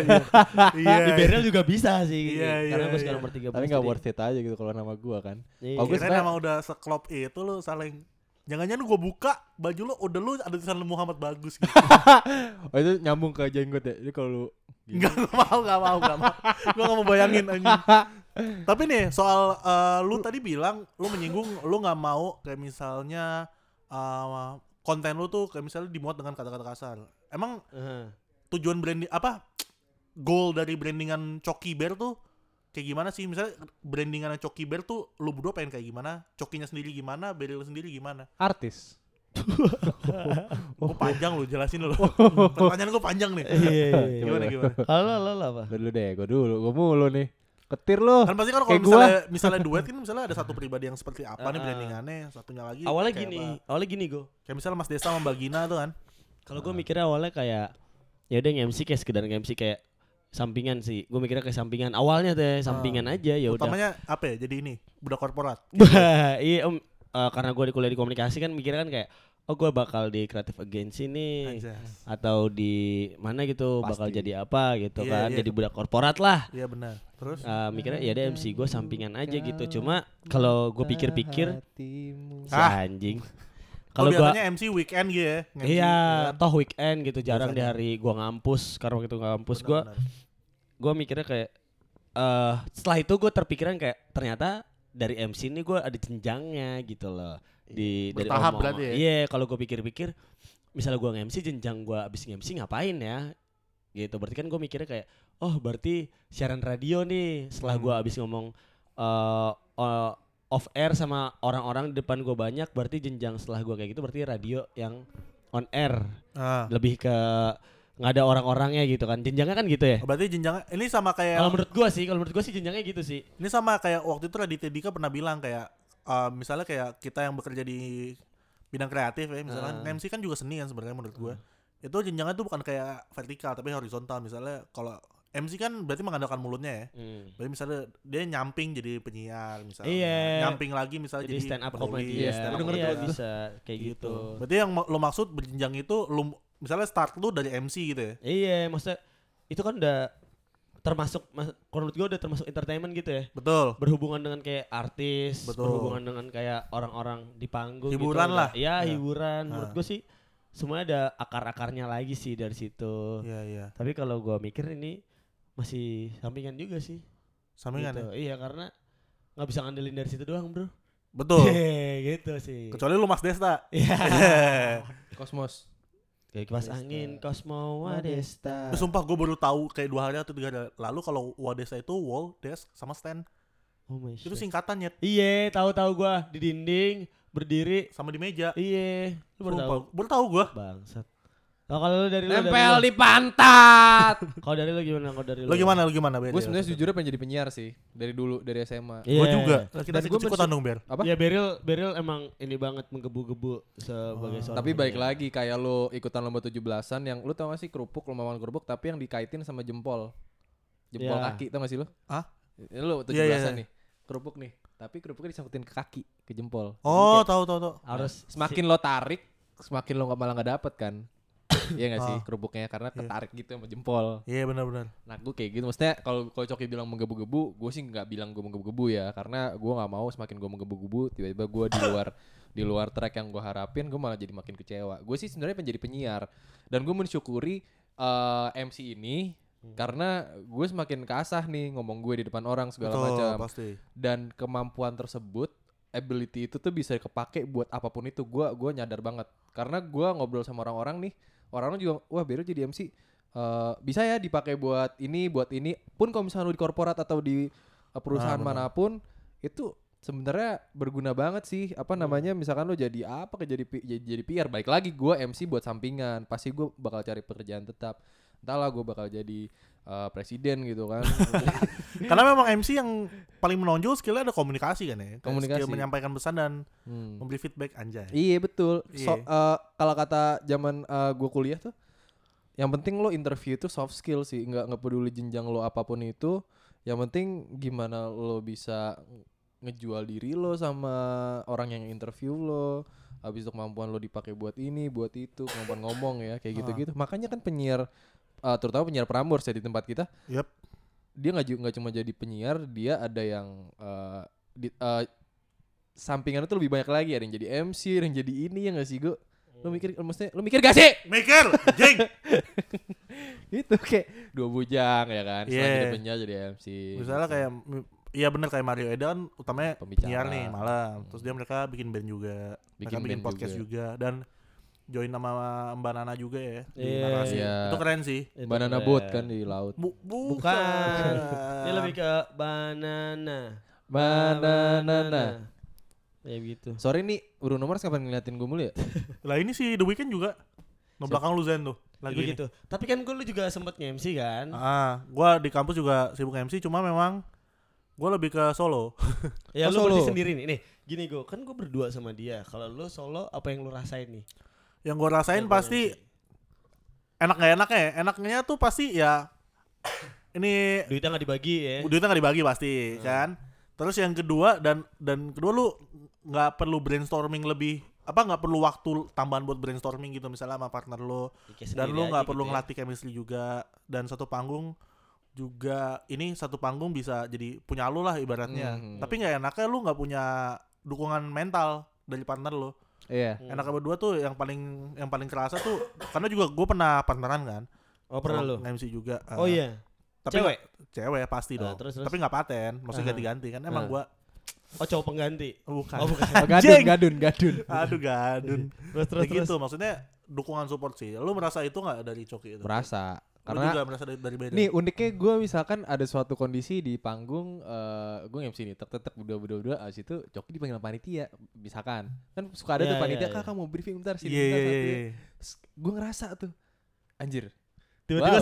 B: *laughs* Di Beril juga bisa sih.
A: Iya, iya,
B: karena gue suka
A: iya.
B: nomor 13.
C: Tapi gak
B: jadi-
C: worth it aja gitu kalau nama gua kan.
B: Iya.
C: Kalau gua
A: Kirain
C: sebenarnya-
A: emang udah seklop itu lu saling Jangan-jangan gue buka baju lu udah lu ada tulisan Muhammad bagus gitu.
B: Iya.
C: Oh itu nyambung ke jenggot ya. Jadi kalau lu Gini.
A: Enggak gak mau, gak mau, gak mau. Gue gak mau bayangin
B: *laughs*
A: anjing. Tapi nih soal eh, lu tadi bilang lu menyinggung lu gak mau kayak misalnya eh, konten lu tuh kayak misalnya dimuat dengan kata-kata kasar. Emang
B: Heeh.
A: tujuan branding apa goal dari brandingan Coki Bear tuh kayak gimana sih misalnya brandingan Coki Bear tuh lu berdua pengen kayak gimana Cokinya sendiri gimana Beril sendiri gimana
C: artis.
A: Gua panjang lu jelasin
B: *laughs*
A: lu pertanyaan gua panjang nih
B: Oh. Iya. iya, iya.
A: gimana gimana
B: Kalau lo lo apa?
C: Lu dulu deh, gua dulu, gua mulu nih. Ketir lu.
A: kan pasti kan kalau
C: Kayak gua.
A: misalnya misalnya duet kan misalnya ada satu pribadi yang seperti apa nih
B: Ah.
A: brandingannya satunya lagi
B: Awalnya
A: kayak
B: gini,
A: apa.
B: awalnya gini gue.
A: kayak misalnya Mas Desa sama Mbak Gina tuh kan
B: Kalau gue mikirnya awalnya kayak ya udah MC kayak sekedar MC kayak sampingan sih. Gue mikirnya kayak sampingan. Awalnya teh sampingan aja ya *laughs* udah.
A: Ah, utamanya gitu ya? apa ya jadi ini budak korporat
B: Iya om Eh, karena gue di kuliah di komunikasi kan mikirnya kan kayak oh gue bakal di creative agency nih
A: Anjas.
B: atau di mana gitu bakal
C: Pasti.
B: jadi apa gitu
A: Iya,
B: kan
A: iya.
B: jadi budak korporat lah
A: iya benar terus
B: Eh, mikirnya ya deh MC gue sampingan aja gitu cuma kalau gue pikir-pikir si
A: Ah.
B: anjing
A: kalau
B: kalau gue
A: biasanya MC weekend gitu ya nge-MC,
B: Iya,
A: kan?
B: toh weekend gitu jarang di
A: Biasanya.
B: hari gua ngampus karena waktu itu ngampus
A: Benar,
B: gua
A: benar.
B: gua mikirnya kayak eh setelah itu gua terpikiran kayak ternyata dari MC ini gua ada jenjangnya gitu loh di dari
A: Bertahap
B: omong-
A: berarti ya?
B: Iya, kalau gua pikir-pikir misalnya gua nge-MC jenjang gua abis nge-MC ngapain ya? Gitu. Berarti kan gua mikirnya kayak oh berarti siaran radio nih setelah
A: Hmm.
B: gua abis ngomong eh eh, off air sama orang-orang di depan gua banyak berarti jenjang setelah gua kayak gitu berarti radio yang on air
A: Ah.
B: lebih ke nggak ada orang-orangnya gitu kan jenjangnya kan gitu ya
A: Oh, Berarti jenjang ini sama kayak
B: kalau menurut gua sih kalau menurut gua sih jenjangnya gitu sih
A: ini sama kayak waktu itu Raditya Dika pernah bilang kayak eh, misalnya kayak kita yang bekerja di bidang kreatif ya misalnya
B: Ah. Hmm.
A: MC kan juga seni kan sebenarnya menurut gue itu jenjangnya tuh bukan kayak vertikal tapi horizontal misalnya kalau MC kan berarti mengandalkan mulutnya ya berarti misalnya dia nyamping jadi penyiar misalnya
B: Iya.
A: nyamping lagi misalnya Oh,
B: jadi
A: jadi,
B: stand up
A: penulis,
B: comedy
C: Iya,
A: stand up
B: Iya,
C: denger
B: iya,
C: tuh.
A: comedy.
B: bisa kayak gitu
A: berarti yang ma- lo maksud berjenjang itu lo misalnya start lu dari MC gitu ya
B: iya maksudnya itu kan udah termasuk mas- kalau menurut gua udah termasuk entertainment gitu ya
A: betul
B: berhubungan dengan kayak artis
A: Betul.
B: berhubungan dengan kayak orang-orang di panggung
A: Hiburan
B: gitu,
A: lah.
B: ya,
A: Iya.
B: hiburan menurut
A: Ah.
B: gua sih semuanya ada akar-akarnya lagi sih dari situ
A: iya iya
B: tapi kalau gua mikir ini masih sampingan juga sih
A: sampingan
B: gitu.
A: ya
B: Iya karena nggak bisa ngandelin dari situ doang bro. *laughs*
A: betul
B: gitu sih.
A: kecuali lu Mas Desta
B: Iya.
C: Kosmos.
B: Kayak gitu. kipas angin Cosmo Wadesta.
A: Tapi sumpah gue baru tahu kayak dua hari atau tiga hari lalu kalau Wadesa itu wall, desk, sama stand.
B: Oh my
A: Itu
B: shit.
A: singkatannya
B: Iya, tahu-tahu gua di dinding berdiri.
A: sama di meja.
B: Iya, lu baru tahu.
A: Sumpah, baru tahu gue.
B: Bangsat. Nah, kalau lu dari lu dari
C: Nempel
B: lu.
C: di
A: *laughs*
C: pantat.
B: Kalau dari lu gimana? Kalau dari lu.
A: Lo gimana? Lo gimana?
C: gue sebenarnya jujurnya pengen jadi penyiar sih dari dulu dari SMA.
B: Iya.
A: Gue juga. Kita
C: Dan
A: sih
C: gua Iya.
A: ikut dong Ber.
C: Apa?
B: Ya Beril, Beril emang ini banget menggebu-gebu sebagai seorang
C: Tapi balik
B: penyiar.
C: lagi kayak lo ikutan lomba 17-an yang lu tau gak sih kerupuk lomba makan kerupuk tapi yang dikaitin sama jempol. Jempol
B: Iya.
C: kaki tau gak sih lo?
A: Ya. Hah?
C: Ya, Lo 17-an
A: Iya, iya, iya.
C: nih. Kerupuk nih. Tapi kerupuknya disangkutin ke kaki, ke jempol.
A: Oh, tahu tahu tahu.
B: harus
C: Semakin lo tarik, semakin lo nggak malah nggak dapet
A: *coughs*
C: kan. Iya gak sih
A: Ah.
C: kerupuknya karena
A: Iya.
C: ketarik gitu sama jempol.
A: Iya benar-benar.
C: Nah gue kayak gitu maksudnya kalau kalau Coki bilang menggebu-gebu, gue sih nggak bilang gue menggebu-gebu ya karena gue nggak mau semakin gue menggebu-gebu tiba-tiba gue di luar di luar track yang gue harapin gue malah jadi makin kecewa. Gue sih sebenarnya pengen jadi penyiar dan gue mensyukuri eh, MC ini karena gue semakin kasah nih ngomong gue di depan orang segala
A: Betul,
C: macam
A: pasti.
C: dan kemampuan tersebut ability itu tuh bisa kepake buat apapun itu gua gua nyadar banget karena gua ngobrol sama orang-orang nih orang-orang juga wah Bero jadi MC eh, bisa ya dipakai buat ini buat ini pun kalau misalnya lu di korporat atau di eh, perusahaan
A: benar.
C: manapun itu sebenarnya berguna banget sih apa namanya misalkan lo jadi apa ke jadi P- jadi, jadi PR balik lagi gue MC buat sampingan pasti gue bakal cari pekerjaan tetap entahlah gue bakal jadi eh, presiden gitu kan
A: Karena memang MC yang paling menonjol skillnya ada komunikasi kan ya. Kayak
C: Komunikasi.
A: Skill menyampaikan pesan dan
C: Hmm.
A: memberi feedback anjay.
C: Iya betul.
A: Iya.
C: So, eh, kalau kata zaman eh, gua kuliah tuh, yang penting lo interview itu soft skill sih, nggak nggak peduli jenjang lo apapun itu. Yang penting gimana lo bisa ngejual diri lo sama orang yang interview lo. Habis itu kemampuan lo dipakai buat ini, buat itu, kemampuan ngomong
A: Ah.
C: ya, kayak gitu-gitu. Makanya kan penyiar, eh, terutama penyiar Prambors ya di tempat kita,
A: Yep.
C: dia nggak ju- nggak cuma jadi penyiar dia ada yang eh, di, eh, sampingan itu lebih banyak lagi ada yang jadi MC ada yang jadi ini ya nggak sih gue
A: Iya.
C: lo mikir maksudnya lo mikir gak sih *laughs*
A: Mikir, jeng.
C: gitu kayak dua bujang ya kan setelah
A: Iya.
C: jadi penyiar jadi MC
A: Misalnya
C: gitu.
A: kayak Iya bener kayak Mario Eda kan utamanya
C: Pembicara.
A: penyiar nih malam. Terus dia mereka bikin band juga, mereka
C: Bikin
A: bikin
C: band
A: podcast juga. dan join sama Mbak Nana juga ya di
B: Iya.
A: narasi.
C: Iya.
A: Itu keren sih.
B: Itu
C: banana
B: keren.
C: boat kan di laut
A: Bu-
B: Bukan. Ini lebih ke banana.
C: banana
B: Ya begitu.
C: sorry nih Bruno Mars kapan ngeliatin gue mulu ya
A: *laughs* Lah ini sih The Weeknd juga. No belakang lu Zen tuh. Lagi ini.
B: begitu. Tapi kan gue lu juga sempet nge-MC kan?
A: Ah, gua di kampus juga sibuk MC cuma memang gua lebih ke solo. *laughs*
C: Oh,
B: Ya lu berarti
C: solo.
B: sendiri nih. Nih, gini gue, kan gue berdua sama dia. Kalau lu solo apa yang lu rasain nih?
A: Yang gua rasain
B: Yang Iya, gua
A: pasti
B: MC.
A: enak gak enaknya ya. Enaknya tuh pasti ya *coughs* ini
B: duitnya nggak dibagi ya.
A: duitnya nggak dibagi pasti
B: Hmm.
A: kan. Terus yang kedua dan dan kedua lu nggak perlu brainstorming lebih apa nggak perlu waktu tambahan buat brainstorming gitu misalnya sama partner lu
B: Ya, kayak
A: dan
B: sendiri
A: lu
B: aja
A: nggak
B: gitu
A: perlu
B: ya.
A: ngelatih chemistry juga dan satu panggung juga ini satu panggung bisa jadi punya lu lah ibaratnya
B: Hmm.
C: Mhm.
A: tapi nggak enaknya lu nggak punya dukungan mental dari partner lu
C: iya
B: Hmm.
A: enaknya berdua tuh yang paling yang paling kerasa tuh karena juga gue pernah partneran kan
B: Oh pernah
A: Sama
B: lu?
A: nge-MC juga
B: Oh
A: eh,
B: iya.
A: tapi
B: Cewek.
A: cewek pasti dong
B: Ah, terus, terus.
A: tapi nggak paten maksudnya
B: Ah.
A: ganti-ganti kan emang
C: Ah.
A: gua
B: Oh cowok pengganti.
A: gue bukan
B: Oh bukan.
C: Oh, gadun
A: Anjing.
C: gadun gadun
A: *laughs* aduh gadun
B: terus
A: ya
B: terus terus.
A: gitu maksudnya dukungan support sih lu merasa itu nggak dari coki itu
C: merasa
A: Lu
C: karena
A: juga merasa dari, dari beda
C: Nih uniknya gue misalkan ada suatu kondisi di panggung eh gue MC nih tek tek tek berdua berdua berdua abis itu joki dipanggil sama panitia misalkan kan suka ada
B: Iya,
C: tuh panitia
B: iya, iya.
C: kakak mau briefing bentar sini
A: iya
C: bentar
A: iya
C: satu
A: iya
C: gue ngerasa tuh anjir
B: Tiba-tiba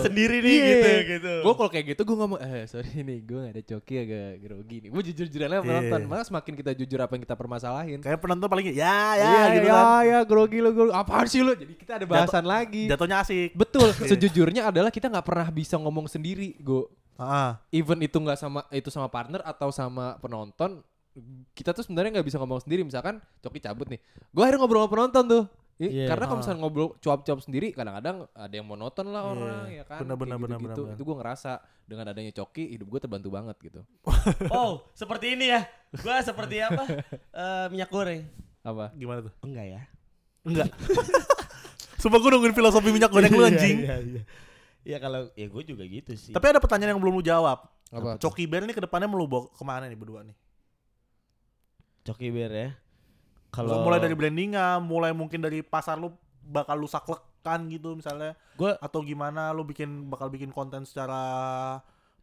C: Wow.
B: sendiri nih
C: Iya.
B: gitu gitu.
C: gue kalau kayak gitu gue ngomong eh sorry nih gue gak ada joki agak grogi nih gue jujur jujuran
A: Iya.
C: aja penonton malah semakin kita jujur apa yang kita permasalahin
A: kayak penonton paling ya ya
C: Iya,
A: gitu
C: ya,
A: kan
C: ya, grogi lo, grogi. Apaan sih lo? Jadi kita ada bahasan lagi.
A: jatuhnya asik
C: Betul,
A: Iya.
C: sejujurnya adalah kita nggak pernah bisa ngomong sendiri, gue.
A: Heeh.
C: even itu nggak sama itu sama partner atau sama penonton kita tuh sebenarnya nggak bisa ngomong sendiri misalkan Coki cabut nih gue akhirnya ngobrol sama penonton tuh I-
B: Iya.
C: karena kalau misalnya ngobrol cuap-cuap sendiri kadang-kadang ada yang monoton lah
A: ah. Iya.
C: orang ya kan
A: Benar,
C: Kayak
A: benar, benar,
C: gitu-gitu.
A: benar,
C: itu gue ngerasa dengan adanya Coki hidup gue terbantu banget gitu
B: Oh seperti ini ya. Gua seperti
A: *laughs*
B: apa? Eh, minyak goreng.
C: apa
A: gimana tuh
B: Enggak ya.
A: enggak Sumpah gue nungguin filosofi minyak goreng lu
B: Iya,
A: anjing
B: Iya iya. Iya kalau ya gue juga gitu sih.
A: Tapi ada pertanyaan yang belum lu jawab
C: apa tuh?
A: Coki Bear ini kedepannya mau lu bawa kemana nih berdua nih
B: Coki Bear ya. Kalau
A: Kalau mulai dari brandingnya, mulai mungkin dari pasar lu bakal lu saklekan gitu misalnya
B: gue
A: atau gimana lu bikin bakal bikin konten secara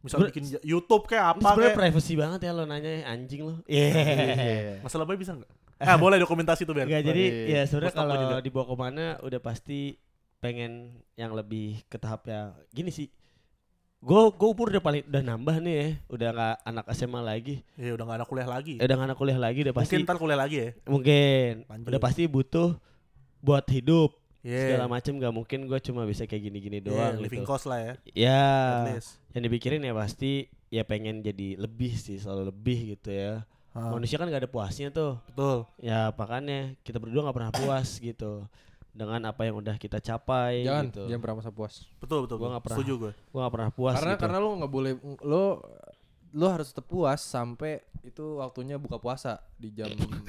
A: misal
B: Sebenernya-
A: bikin j- YouTube kayak
B: Ini
A: apa
B: sebenarnya
A: kayak
B: privacy banget ya lo nanya ya, anjing lo. Iya.
A: masalah bayi bisa nggak? Ah boleh dokumentasi tuh Ber.
B: Enggak jadi
C: Iya.
B: ya sebenarnya
A: Terus apa
B: kalau
A: juga?
B: dibawa kemana udah pasti pengen yang lebih ke tahap yang gini sih. Gue gue umur udah paling udah nambah nih ya, udah nggak anak SMA lagi,
A: Ya udah nggak ada kuliah lagi.
B: Eh, udah nggak anak kuliah lagi, udah pasti
A: Mungkin ntar kuliah lagi ya.
B: mungkin
A: Lanjut.
B: udah pasti butuh buat hidup
A: Iya.
B: segala macem gak mungkin gue cuma bisa kayak gini-gini
A: Iya,
B: doang
A: living
B: gitu.
A: cost lah ya.
B: Ya,
A: At least.
B: yang dipikirin ya pasti ya pengen jadi lebih sih selalu lebih gitu ya.
A: Ah,
B: Manusia kan gak ada puasnya tuh.
A: betul.
B: Ya makanya kita berdua nggak pernah puas gitu dengan apa yang udah kita capai
A: Iya,
C: jangan
B: gitu.
C: jangan pernah masa puas
A: Betul betul.
B: Gua
A: betul.
B: nggak pernah.
A: Setuju gue.
B: Gue nggak pernah puas
C: karena
B: gitu.
C: karena lo nggak boleh lo lo harus tetap puas sampai itu waktunya buka puasa di jam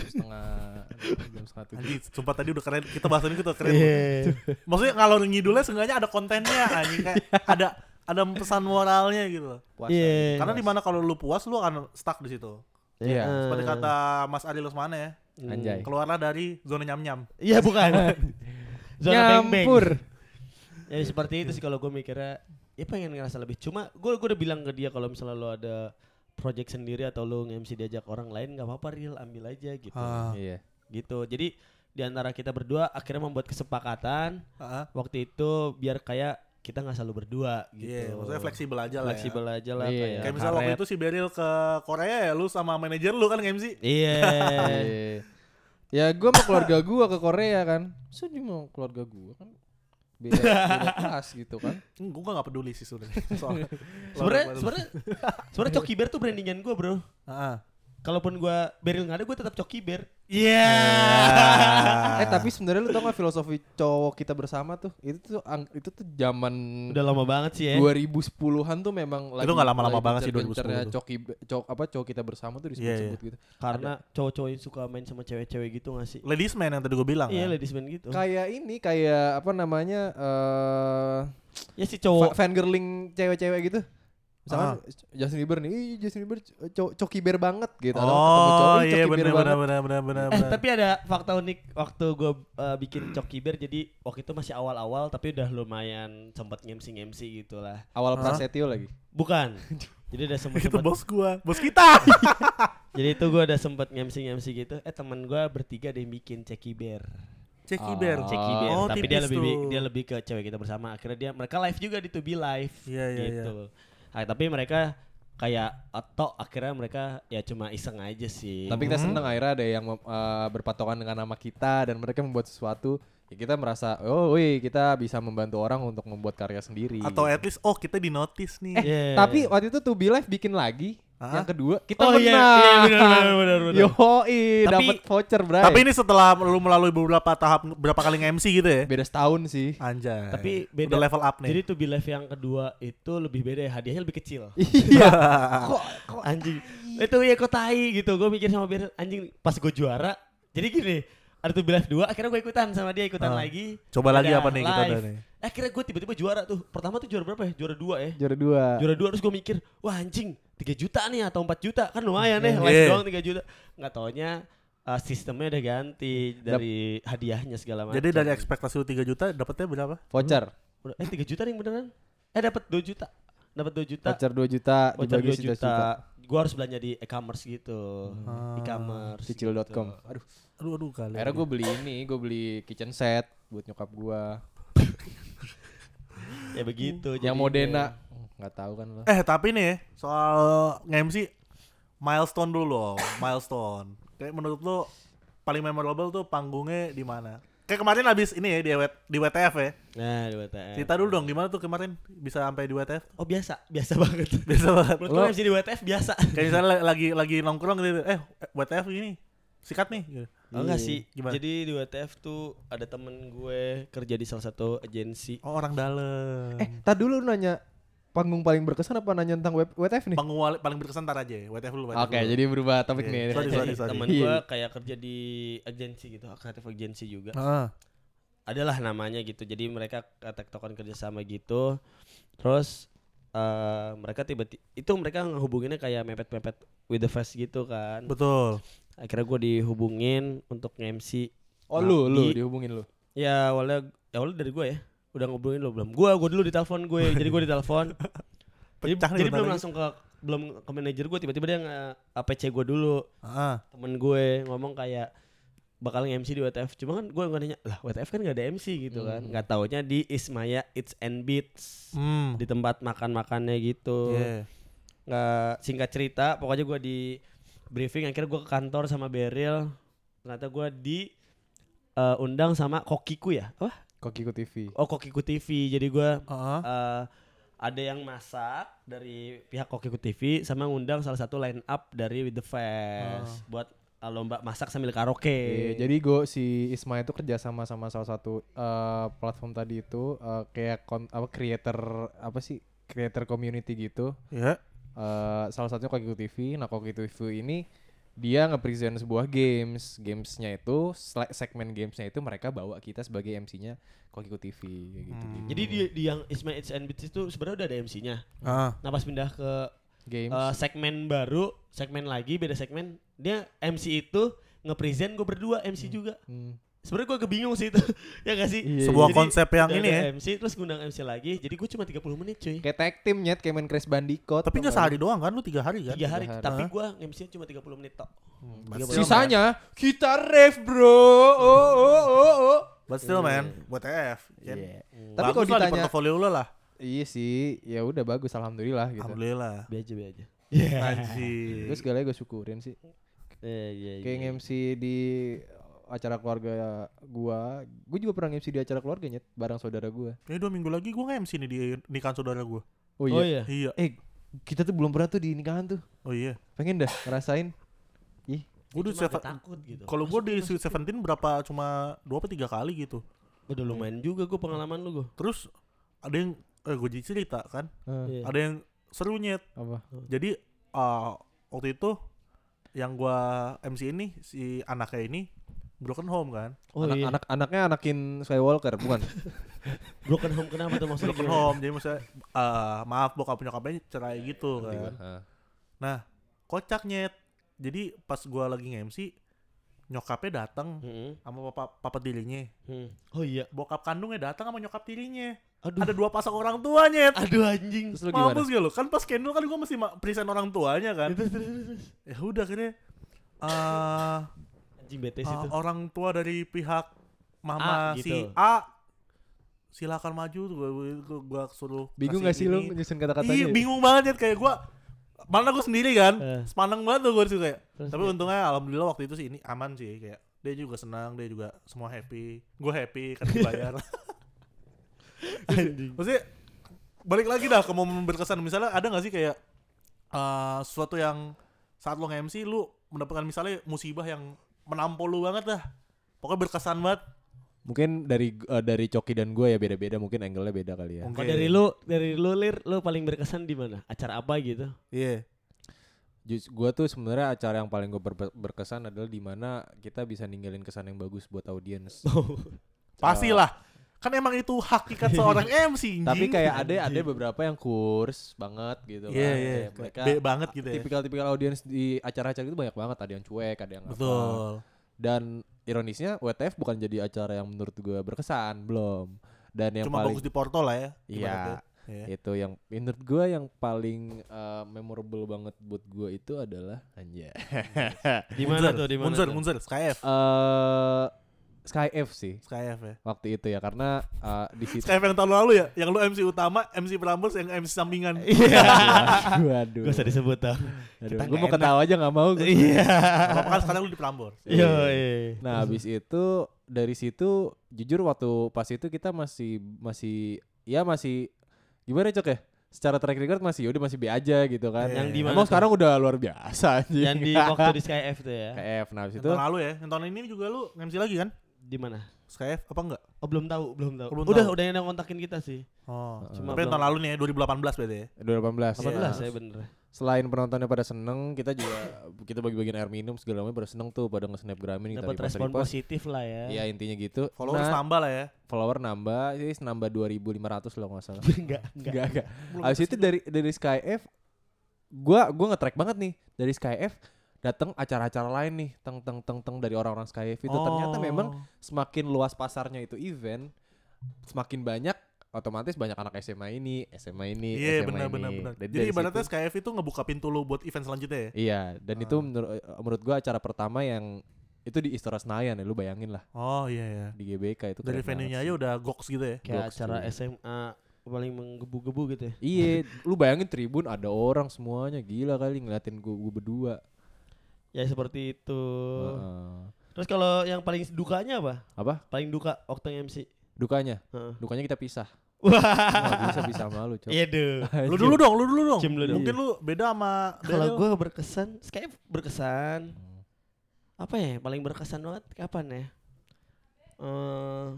C: setengah jam setengah tujuh
A: Anjing, sumpah tadi udah keren. Kita bahasan ini tuh keren.
B: Iya.
A: Maksudnya ngalor ngidulnya seenggaknya ada kontennya anjing kayak ada ada pesan moralnya gitu loh.
C: puasa
B: Iya.
A: Karena di mana kalau lu puas lu akan stuck di situ.
C: Iya.
A: Seperti
B: Eh.
A: kata Mas Ari Lesmana ya,
B: Hmm.
C: Anjay.
A: keluarlah dari zona nyam-nyam.
B: Iya bukan. Zona beng-beng.
C: Nyampur.
B: Ya seperti itu sih kalau gue mikirnya ya pengen ngerasa lebih. Cuma gue gue udah bilang ke dia kalau misalnya lo ada project sendiri atau lu nge-MC diajak orang lain nggak apa-apa real ambil aja gitu.
A: Ah,
C: Iya.
B: Gitu. Jadi di antara kita berdua akhirnya membuat kesepakatan
A: ah, ah.
B: waktu itu biar kayak kita nggak selalu berdua gitu.
A: Iya, maksudnya fleksibel aja lah. ya.
B: Fleksibel aja lah
C: Iya.
B: kayak.
A: Kayak misalnya waktu
B: karet.
A: itu si Beril ke Korea ya, lu sama manajer lu kan MC. *laughs*
B: Iya.
C: Iya. Ya gue sama keluarga gue ke Korea kan. Sedih mau keluarga gue kan. Beda, beda kelas gitu kan.
A: Hmm, gua gak peduli sih
B: *laughs*
A: sebenarnya. Soalnya.
B: Sebenarnya
A: *laughs*
B: sebenarnya sebenarnya Coki Bear tuh brandingan gua, Bro.
A: Heeh.
B: Kalaupun gua Beril nggak ada gua tetap Coki Bear.
A: Iya. Ah.
C: Eh tapi sebenarnya lu tau gak filosofi cowok kita bersama tuh? Itu tuh ang- itu tuh zaman
B: Udah lama banget sih ya.
C: 2010-an tuh memang
A: Itu nggak lama-lama banget sih, 2010
C: gencar-gencarnya
A: tuh.
C: Coki cok apa cowok kita bersama tuh disebut-sebut gitu.
B: Karena cowok-cowok yang suka main sama cewek-cewek gitu nggak sih?
A: *laughs* Ladies man yang tadi gua bilang.
B: Iya,
A: kan?
B: ladies man gitu.
C: Kayak ini kayak apa namanya eh
B: Ya si
A: Oh.
C: fa-
B: cowok
C: fangirling cewek-cewek gitu.
A: Ah.
C: Misalkan Justin Bieber nih, "Ih, Justin Bieber co- coki bear banget gitu. Atau ketemu cowok,
A: Oh
C: "Ih,
A: iya
C: coki bear
A: benar benar
C: banget."
A: benar benar benar.
B: Eh tapi ada fakta unik waktu gue bikin Coki Bear jadi waktu itu masih awal-awal tapi udah lumayan sempet ngemsi ngemsi gitu lah.
C: Awal
A: Hah?
C: Prasetyo lagi.
B: Bukan. Jadi udah sempet,
A: *laughs* itu
B: sempet
A: bos gua, bos
B: *laughs*
A: kita.
B: jadi itu gue udah sempet ngemsi ngemsi gitu. Eh teman gue bertiga ada yang bikin Coki Bear.
A: Ceki
C: Ah.
A: Bear.
B: Coki Bear.
A: Oh,
B: tapi dia
A: tipis
B: lebih
A: tuh.
B: dia lebih ke cewek kita bersama. Akhirnya dia mereka live juga di To Be Live.
A: Iya, iya,
B: gitu. Ah, tapi mereka kayak atau akhirnya mereka ya cuma iseng aja sih.
C: Tapi
A: Hmm.
C: kita seneng akhirnya ada yang mem- eh, berpatokan dengan nama kita dan mereka membuat sesuatu. Ya kita merasa, oh wih kita bisa membantu orang untuk membuat karya sendiri. Gitu.
A: Atau at least oh kita di notice
B: *laughs*
A: nih.
B: Yeah.
C: Tapi waktu itu To Be Live bikin lagi
A: Hah?
C: yang kedua kita
B: Oh, iya,
C: menang.
B: iya, benar, benar, benar, benar.
C: Yoi,
B: Tapi-
C: dapat voucher bray.
A: Tapi ini setelah lu melalui beberapa tahap berapa kali nge-MC gitu ya.
C: beda setahun sih.
A: Anjay.
B: Tapi beda.
A: Udah level up nih.
B: Jadi to be live yang kedua itu lebih beda ya, hadiahnya lebih kecil.
C: Iya.
B: kok kok anjing. Itu ya kok tai gitu. Gue mikir sama Beryl anjing pas gue juara. Jadi gini, ada to be live 2 akhirnya gue ikutan sama dia ikutan
A: Ah.
B: lagi.
A: Coba lagi
B: Ada
A: apa nih kita
B: live. Eh,
A: ada nih?
B: Akhirnya gue tiba-tiba juara tuh. Pertama tuh juara berapa ya? Juara 2 ya.
C: *laughs* Juara dua.
B: Juara 2 terus gue mikir, wah anjing 3 juta nih atau 4 juta kan lumayan ya
A: Iya.
B: live doang 3 juta. Enggak taunya uh, sistemnya udah ganti dari hadiahnya segala macam.
A: Jadi dari ekspektasi lu 3 juta dapetnya berapa?
C: Voucher.
B: Udah- eh 3 juta nih beneran. Eh dapat 2 juta. Dapat 2 juta.
C: Voucher 2 juta
B: Voucher
C: dibagi 11
B: 2 juta.
C: juta.
B: Gua harus belanja di e-commerce gitu.
A: Ah,
B: E-commerce.
C: Cicil.com.
B: gitu.
C: Aduh.
A: Aduh aduh kali.
C: Akhirnya gue beli ini, gue beli kitchen set buat nyokap gue.
B: Ya begitu.
C: Yang
B: jadinya.
C: Modena. Nggak tahu kan lo.
A: Eh tapi nih soal nge-MC milestone dulu loh, *laughs* milestone. Kayak menurut lu paling memorable tuh panggungnya di mana? Kayak kemarin abis ini ya di, W- di WTF ya.
B: Nah, di WTF.
A: Cerita dulu dong gimana tuh kemarin bisa sampai di *laughs* WTF?
B: Oh, biasa. Biasa
A: *laughs*
B: banget.
A: Biasa banget.
B: Menurut
C: Lo-
B: gue MC di WTF biasa.
A: Kayak misalnya lagi lagi nongkrong gitu, eh WTF ini sikat nih. Gitu.
B: Oh, enggak sih.
A: Gimana?
B: Jadi di WTF tuh ada temen gue kerja di salah satu agensi.
A: Oh orang dalam.
C: Eh, tadi dulu nanya panggung paling berkesan apa nanya tentang web WTF
A: *laughs*
C: nih? Oke,
A: Panggung wali- paling berkesan tar aja ya, WTF dulu. WTF dulu.
C: jadi berubah topik
A: Iya.
C: nih.
A: Sorry,
B: Jadi
A: sorry, sorry.
B: temen gue kayak kerja di agensi gitu, kreatif agensi juga.
A: Heeh.
B: adalah namanya gitu jadi mereka eh, tektokan kerjasama gitu terus eh mereka tiba-tiba itu mereka ngehubunginnya kayak mepet-mepet with the fest gitu kan
A: Betul.
B: akhirnya gue dihubungin untuk nge-MC
C: *laughs* Oh lu, lu
B: Di-
C: dihubungin lu.
B: ya awalnya ya awalnya dari gue ya udah ngobrolin lo belum gue gue dulu ditelepon gue jadi gue ditelepon jadi,
A: *laughs* Pecah nih
B: jadi belum
A: bentar
B: langsung ke belum ke manajer gue tiba-tiba dia nge PC gue dulu
A: Heeh.
B: temen gue ngomong kayak bakal nge-MC di WTF cuma kan gue nggak nanya lah WTF kan gak ada MC gitu kan nggak taunya di Ismaya It's and Beats
A: Hmm.
B: di tempat makan makannya gitu
A: Yeah.
B: nggak singkat cerita pokoknya gue di briefing akhirnya gue ke kantor sama Beril ternyata gue di eh, undang sama Kokiku ya apa
C: Kokiku TV.
B: oh Kokiku TV jadi gue
A: Heeh.
B: eh, ada yang masak dari pihak Kokiku TV sama ngundang salah satu line up dari With The Fest buat eh, lomba masak sambil karaoke.
C: Iya, jadi gue si Isma itu kerja sama sama salah satu eh, platform tadi itu eh, kayak kon- apa creator apa sih creator community gitu.
A: Ya.
C: Eh, salah satunya Kokiku TV. Nah Kokiku TV ini dia nge-present sebuah games. Gamesnya itu sele- segmen gamesnya itu mereka bawa kita sebagai MC-nya Kokiku TV kayak gitu. gitu.
B: Jadi di, di yang Ismail It's and Beats itu sebenarnya udah ada MC-nya.
A: Heeh.
B: Nah pas pindah ke
C: Games.
B: eh, segmen baru, segmen lagi beda segmen, dia MC itu nge-present gue berdua MC juga
C: Hmm.
B: Sebenarnya gue kebingung sih itu. *laughs* ya gak sih?
C: Iya,
A: Sebuah
B: Jadi,
A: konsep yang
B: udah
A: ini
B: ada
A: ya.
B: MC terus ngundang MC lagi. Jadi gue cuma 30 menit cuy.
C: Kayak tag team nyet kayak main Crash Bandicoot.
A: Tapi nggak
C: tau nggak?
A: sehari doang kan? Lu tiga hari kan?
B: Tiga hari,
C: hari.
B: tapi gue MC -nya cuma 30 menit tok. Iya, Tiga puluh menit.
C: Sisanya kita ref bro. Oh oh oh oh.
A: But still man, WTF. Kan?
C: Iya. Tapi
A: Tapi lah
C: kalau
A: di
C: ditanya
A: portofolio lu lah.
C: Iya sih, ya udah bagus alhamdulillah
A: *laughs*
C: gitu.
A: Alhamdulillah.
B: Biar aja, biar aja.
A: Iya. Anjir.
C: Terus segala gue syukurin sih.
B: Iya, iya,
C: Kayak nge-MC di acara keluarga gua, gua juga pernah nge-MC di acara keluarga nyet bareng saudara gua.
A: Ini dua minggu lagi gue nge-MC nih di nikahan saudara gue.
C: Oh iya.
B: Oh iya.
A: Iya.
C: Eh, kita tuh belum pernah tuh di nikahan tuh.
A: Oh iya.
C: Pengen dah ngerasain. Ih,
A: Gue di
B: Cuma
A: Seven-
B: agak takut gitu.
A: Kalau gue di Sweet Seventeen berapa cuma dua apa tiga kali gitu.
B: udah lumayan juga gue pengalaman lu gue.
A: Terus ada yang eh, gue jadi cerita kan.
C: eh,
B: Iya.
A: Ada yang seru nyet.
C: apa?
A: Jadi eh, waktu itu yang gue MC ini si anaknya ini broken home kan.
B: Oh
C: anak,
B: iya.
C: anak anaknya anakin Skywalker bukan?
B: Broken home kenapa tuh maksudnya?
A: broken home jadi maksudnya eh, maaf bokap nyokapnya cerai gitu kan nah kocak nyet jadi pas gua lagi nge-MC nyokapnya datang
B: Heeh.
A: sama papa papa tirinya
B: heeh. Oh iya.
A: bokap kandungnya datang sama nyokap tirinya
B: Aduh.
A: ada dua pasang orang tua nyet
B: Aduh anjing.
C: Terus lu gimana?
A: mampus gak lu kan pas kendul kan gua masih ma- present orang tuanya kan
B: Terus, terus, terus.
A: ya udah akhirnya eh,
B: Anjing bete
A: eh,
B: situ.
A: orang tua dari pihak mama si
B: A, gitu.
A: A silakan maju gua, gua, gua suruh
C: Bingung
A: kasih
C: gak sih lu
A: ini.
C: nyusun
A: Iya
C: kata-katanya?
A: bingung banget ya kayak gua mana gue sendiri kan
B: Eh.
A: sepaneng banget tuh gue situ kayak
B: Terus
A: tapi
B: dia-
A: untungnya alhamdulillah waktu itu sih ini aman sih kayak dia juga senang dia juga semua happy gue happy kan
B: *laughs*
A: dibayar
B: Anjing.
A: maksudnya balik lagi dah ke momen berkesan misalnya ada gak sih kayak eh sesuatu yang saat lo nge-MC lu mendapatkan misalnya musibah yang menampol lu banget dah pokoknya berkesan banget
C: Mungkin dari eh, dari Coki dan gua ya beda-beda, mungkin angle-nya beda kali ya.
B: Kalau dari lu, dari lu lir, lu paling berkesan di mana? Acara apa gitu?
A: iya
C: Jus, gua tuh sebenarnya acara yang paling gue berkesan adalah di mana kita bisa ninggalin kesan yang bagus buat audiens.
A: pastilah kan emang itu
C: *laughs*
A: hakikat seorang MC
C: Tapi
A: anjing.
C: kayak
B: Iya,
C: ada ada beberapa yang kurs banget gitu
A: Iya,
C: kan.
A: iya.
C: Kayak mereka
A: B banget gitu ya.
C: Tipikal-tipikal audiens di acara-acara itu banyak banget, ada yang cuek, ada yang apa.
A: betul
C: Dan ironisnya WTF bukan jadi acara yang menurut gua berkesan, belum. Dan yang
A: cuma
C: paling
A: bagus di Porto lah ya
C: Iya.
A: Iya.
C: itu yang menurut gua yang paling eh, memorable banget buat gua itu adalah Eh, anjay.
B: *laughs* Di mana tuh? Di mana?
A: Munzer,
B: tuh?
A: Munzer, Sky F,
C: Eh, Sky F sih
A: Sky F ya.
C: waktu itu ya karena eh, di situ
A: Sky F yang tahun lalu ya, yang lu MC utama, MC Prambors, yang MC sampingan.
C: Iya. Aduh, aduh.
B: Gak usah disebut ah. tau.
C: Aduh,
A: Kita
C: gue
A: nggak
C: mau ketawa aja nggak mau. gua.
A: Apa kan sekarang lu di Prambors.
B: Yo,
C: Nah, habis itu dari situ jujur waktu pas itu kita masih masih ya masih gimana cok ya? Secara track record masih ya udah masih B aja gitu kan.
A: Yang
B: Nah, di mana
C: Emang
B: tuh?
C: sekarang udah luar biasa anjing.
B: Yang
C: *laughs*
B: di waktu di Sky F tuh ya.
C: KF. Nah, habis
A: Yang
C: itu
A: tahun lalu ya, yang tahun ini juga lu MC lagi kan?
B: Di mana?
A: Sky F apa enggak?
B: Oh belum tahu, belum tahu.
A: Oh, belum
B: udah,
A: tahu.
B: udah yang kontakin kita sih.
A: Oh,
B: Cuma
A: tapi yang tahun lalu nih ya, 2018 berarti ya.
C: 2018.
B: 18
C: Iya.
B: ya bener.
C: Selain penontonnya pada seneng, kita juga *laughs* kita bagi-bagiin air minum segala macam pada seneng tuh pada nge-snapgramin gitu, kita
B: Dapat respon
C: repost-repost.
B: positif lah ya. *laughs*
C: Iya intinya gitu.
A: Followers
C: Nah,
A: nambah lah ya.
C: follower nambah, sih nambah 2.500 loh nggak
B: *laughs*
C: salah.
B: enggak, enggak.
C: Enggak, enggak. Abis itu dari dari Sky F gua gua nge-track banget nih dari Sky F datang acara-acara lain nih teng teng teng teng dari orang-orang Sky F itu ternyata
A: Oh.
C: memang semakin luas pasarnya itu event semakin banyak otomatis banyak anak SMA ini SMA ini
A: Iya,
C: SMA
A: benar
C: ini.
A: benar benar.
C: Dari-
A: Jadi
C: dari
A: ibaratnya
C: situ-
A: Sky F itu ngebuka pintu lu buat event selanjutnya ya.
C: iya dan itu menurut menurut gua acara pertama yang itu di Istora Senayan ya lu bayangin lah
A: Oh iya ya.
C: di GBK itu
A: Dari
C: keren banget
A: venue-nya
C: sih.
A: aja udah goks gitu ya.
B: Kayak
C: Box
B: acara
C: tuh.
B: SMA paling menggebu-gebu gitu ya.
C: Iya, lu bayangin tribun ada orang semuanya gila kali ngeliatin gua, gua berdua.
B: Ya seperti itu.
A: Oh.
C: Heeh.
B: Terus kalau yang paling dukanya apa?
C: Apa?
B: Paling duka waktu yang MC.
C: Dukanya? *laughs*
B: Heeh.
C: Dukanya kita pisah.
B: Wah,
A: *laughs*
C: Wah, bisa bisa sama lu, Cok.
B: iya deh.
A: Lu dulu dong, lu dulu dong.
B: Jim lu dong.
A: Mungkin lu beda sama Daniel.
B: Kalau gue berkesan, Skype berkesan.
C: Hmm.
B: Apa ya? yang Paling berkesan banget kapan ya? Eh,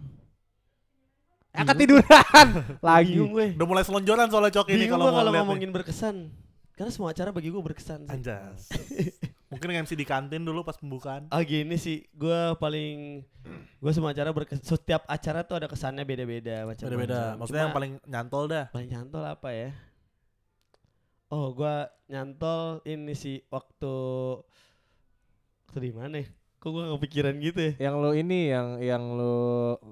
C: Akan tiduran Iya. *laughs* lagi.
B: bingung gue.
A: udah mulai selonjoran soalnya cok ini
B: Bingung
A: kalau mau
B: gue kalau
A: ngeliat nih.
B: ngomongin berkesan. Karena semua acara bagi gue berkesan. sih.
A: Anjas. Mungkin MC di kantin dulu pas pembukaan.
B: Ah gini sih, gue paling gue semua acara berkesan. Setiap acara tuh ada kesannya beda-beda macam.
A: Beda-beda. Maksudnya yang paling nyantol dah.
B: paling nyantol apa ya? Oh, gue nyantol ini sih waktu waktu di mana? ya? Kok gue kepikiran gitu ya?
C: Yang lo ini yang yang lo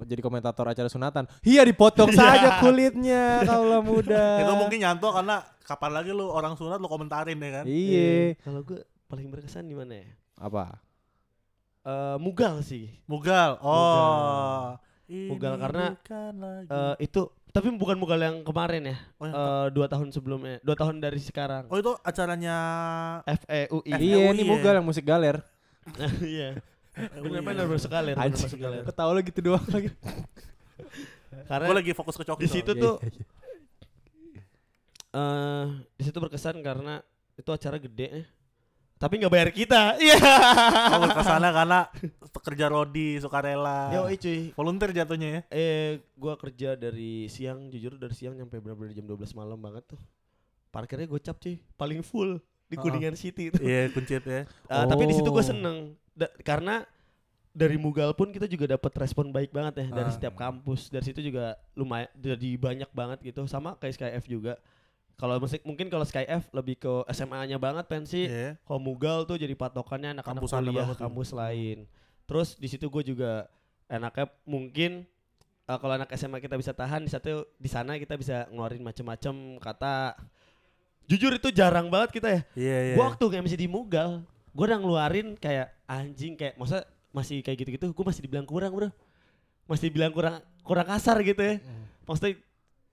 C: jadi komentator acara sunatan. Iya dipotong saja kulitnya kalau muda.
A: Itu mungkin nyantol karena kapan lagi lu orang sunat lu komentarin ya kan?
C: Iya.
B: Eh, Kalau gue paling berkesan di mana ya?
C: Apa?
B: Eh, Mugal sih.
A: Mugal. Oh.
B: Mugal
A: Ini
B: karena,
A: bukan lagi-
B: Eh, itu tapi bukan Mugal yang kemarin ya.
A: Oh, yang
B: Eh, dua tahun sebelumnya, dua tahun dari sekarang.
A: oh itu acaranya
B: FEUI.
C: Iya, ini
A: FUI.
C: Mugal yang musik galer.
B: *laughs* Iya.
A: eh, E oh,
B: Benar-benar masuk galer,
A: Iya,
B: bener masuk galer.
C: Ketawa lo gitu doang lagi.
B: Karena
A: Gue lagi fokus ke coki.
B: di situ
C: Iya,
B: tuh
C: iya,
B: eh di situ berkesan karena itu acara gede ya. Tapi nggak bayar kita. *laughs* Iya.
A: soalnya. Oh, kesana karena pekerja Rodi sukarela.
B: Yo, cuy.
A: Volunteer jatuhnya ya.
B: Eh, gua kerja dari siang, jujur dari siang nyampe berapa dari jam 12 malam banget tuh. Parkirnya gocap cuy, paling full di
A: Heeh.
B: Kuningan City itu.
A: Iya, kuncit ya.
B: Ah, Tapi di situ gua
C: Oh.
B: seneng Da- karena dari Mugal pun kita juga dapat respon baik banget ya dari
A: Ah.
B: setiap kampus. Dari situ juga lumayan jadi banyak banget gitu. Sama kayak Skyf juga. Kalau musik mungkin kalau Skyf lebih ke SMA-nya banget pensi.
A: Iya.
B: Kalau Mugal tuh jadi patokannya anak-anak
A: Kampus anda
B: kuliah,
A: banget tuh.
B: kampus lain. Terus di situ gue juga enaknya mungkin eh, kalau anak SMA kita bisa tahan di satu di sana kita bisa ngeluarin macem-macem kata. Jujur itu jarang banget kita ya.
A: Iya, iya.
B: Gue waktu MC di Mugal, gue udah ngeluarin kayak anjing kayak masa masih kayak gitu-gitu, gue masih dibilang kurang bro, masih dibilang kurang kurang kasar gitu ya.
A: Hmm.
B: Maksudnya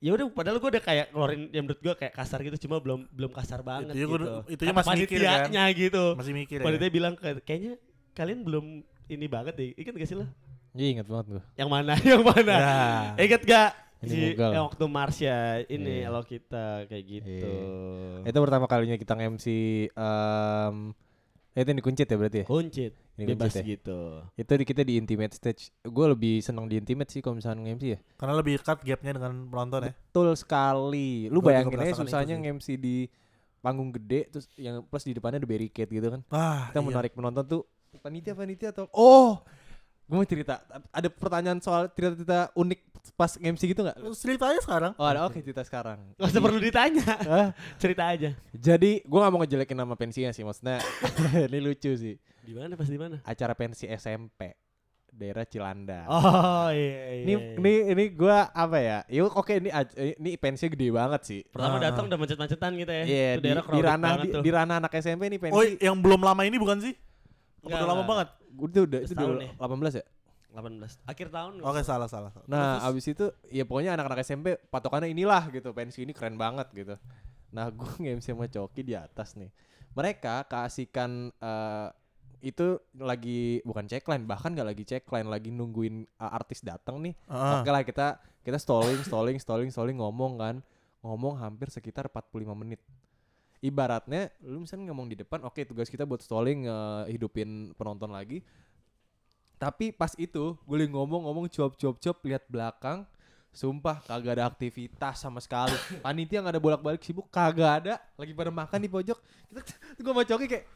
B: ya udah padahal gue udah kayak ngeluarin yang menurut gue kayak kasar gitu cuma belum belum kasar banget
A: Itunya
B: gitu.
A: gua- itunya
B: Kata
A: masih mikir, kan?
B: panitianya gitu.
A: Masih mikir ya.
B: Panitia bilang kayak- kayaknya kalian belum ini banget deh. Ingat gak sih lo?
C: Iya, ingat banget gue.
A: Hmm.
B: Yang mana? *laughs* Yang mana?
A: Ya.
B: Ingat gak?
C: Ini
B: Si
C: Mugal.
B: yang waktu Marsha ini
C: Iya.
B: kalau kita kayak gitu.
C: Itu pertama kalinya kita nge-MC em, itu yang dikuncit ya berarti ya?
A: Oh.
B: Kuncit,
C: Ini
B: bebas
C: kuncit ya?
B: gitu.
C: Itu di kita di intimate stage. Gue lebih seneng di intimate sih kalau misalnya nge-MC ya.
A: Karena lebih dekat gapnya dengan penonton ya.
C: Betul sekali. Lu
A: Gua juga
C: bayangin aja
A: merasakan itu
C: susahnya
A: sih.
C: nge-MC di panggung gede terus yang plus di depannya ada barricade gitu kan.
A: Wah,
C: Kita
A: iya.
C: menarik penonton tuh panitia panitia atau oh gue mau cerita ada pertanyaan soal cerita-cerita unik pas nge-MC gitu nggak?
A: Terus Ceritanya sekarang.
C: Oh ada oke cerita sekarang.
B: Gak usah perlu ditanya,
C: Hah?
B: cerita aja.
C: Jadi gue gak mau ngejelekin nama pensinya sih maksudnya *laughs* ini lucu sih
B: Di mana pas di mana?
C: acara pensi SMP daerah Cilanda.
B: Oh iya iya.
C: Ini ini ini gue apa ya? Yuk oke ini aj- eh, ini pensinya gede banget sih.
B: pertama
A: Ah.
B: datang udah macet-macetan gitu ya.
C: Iya
B: Itu
C: di, di
B: crowded
C: ranah
B: banget
C: di,
B: tuh.
C: di ranah anak SMP nih pensi.
A: Oh, yang belum lama ini bukan sih? Apa
B: Enggak,
A: Udah lama
B: enggak.
A: banget.
C: Udah udah itu
B: Setahun
C: dulu
B: ya?
C: 18 ya.
B: 18. Akhir tahun.
A: Oke, salah salah. salah.
C: Nah
A: Terus-
C: abis itu ya pokoknya anak-anak SMP patokannya inilah gitu pensi ini keren banget gitu. Nah *laughs* gue nge-MC sama Coki di atas nih. Mereka keasikan eh, itu lagi bukan checkline bahkan nggak lagi checkline lagi nungguin eh, artis datang nih.
A: Heeh.
C: Oke lah kita kita stalling stalling stalling stalling ngomong kan ngomong hampir sekitar 45 menit ibaratnya lu misalnya ngomong di depan oke tugas kita buat stalling eh, hidupin penonton lagi tapi pas itu gue lagi ngomong-ngomong cuap-cuap-cuap lihat belakang sumpah kagak ada aktivitas sama sekali panitia nggak ada bolak-balik sibuk kagak ada lagi pada makan di pojok kita gue mau coki kayak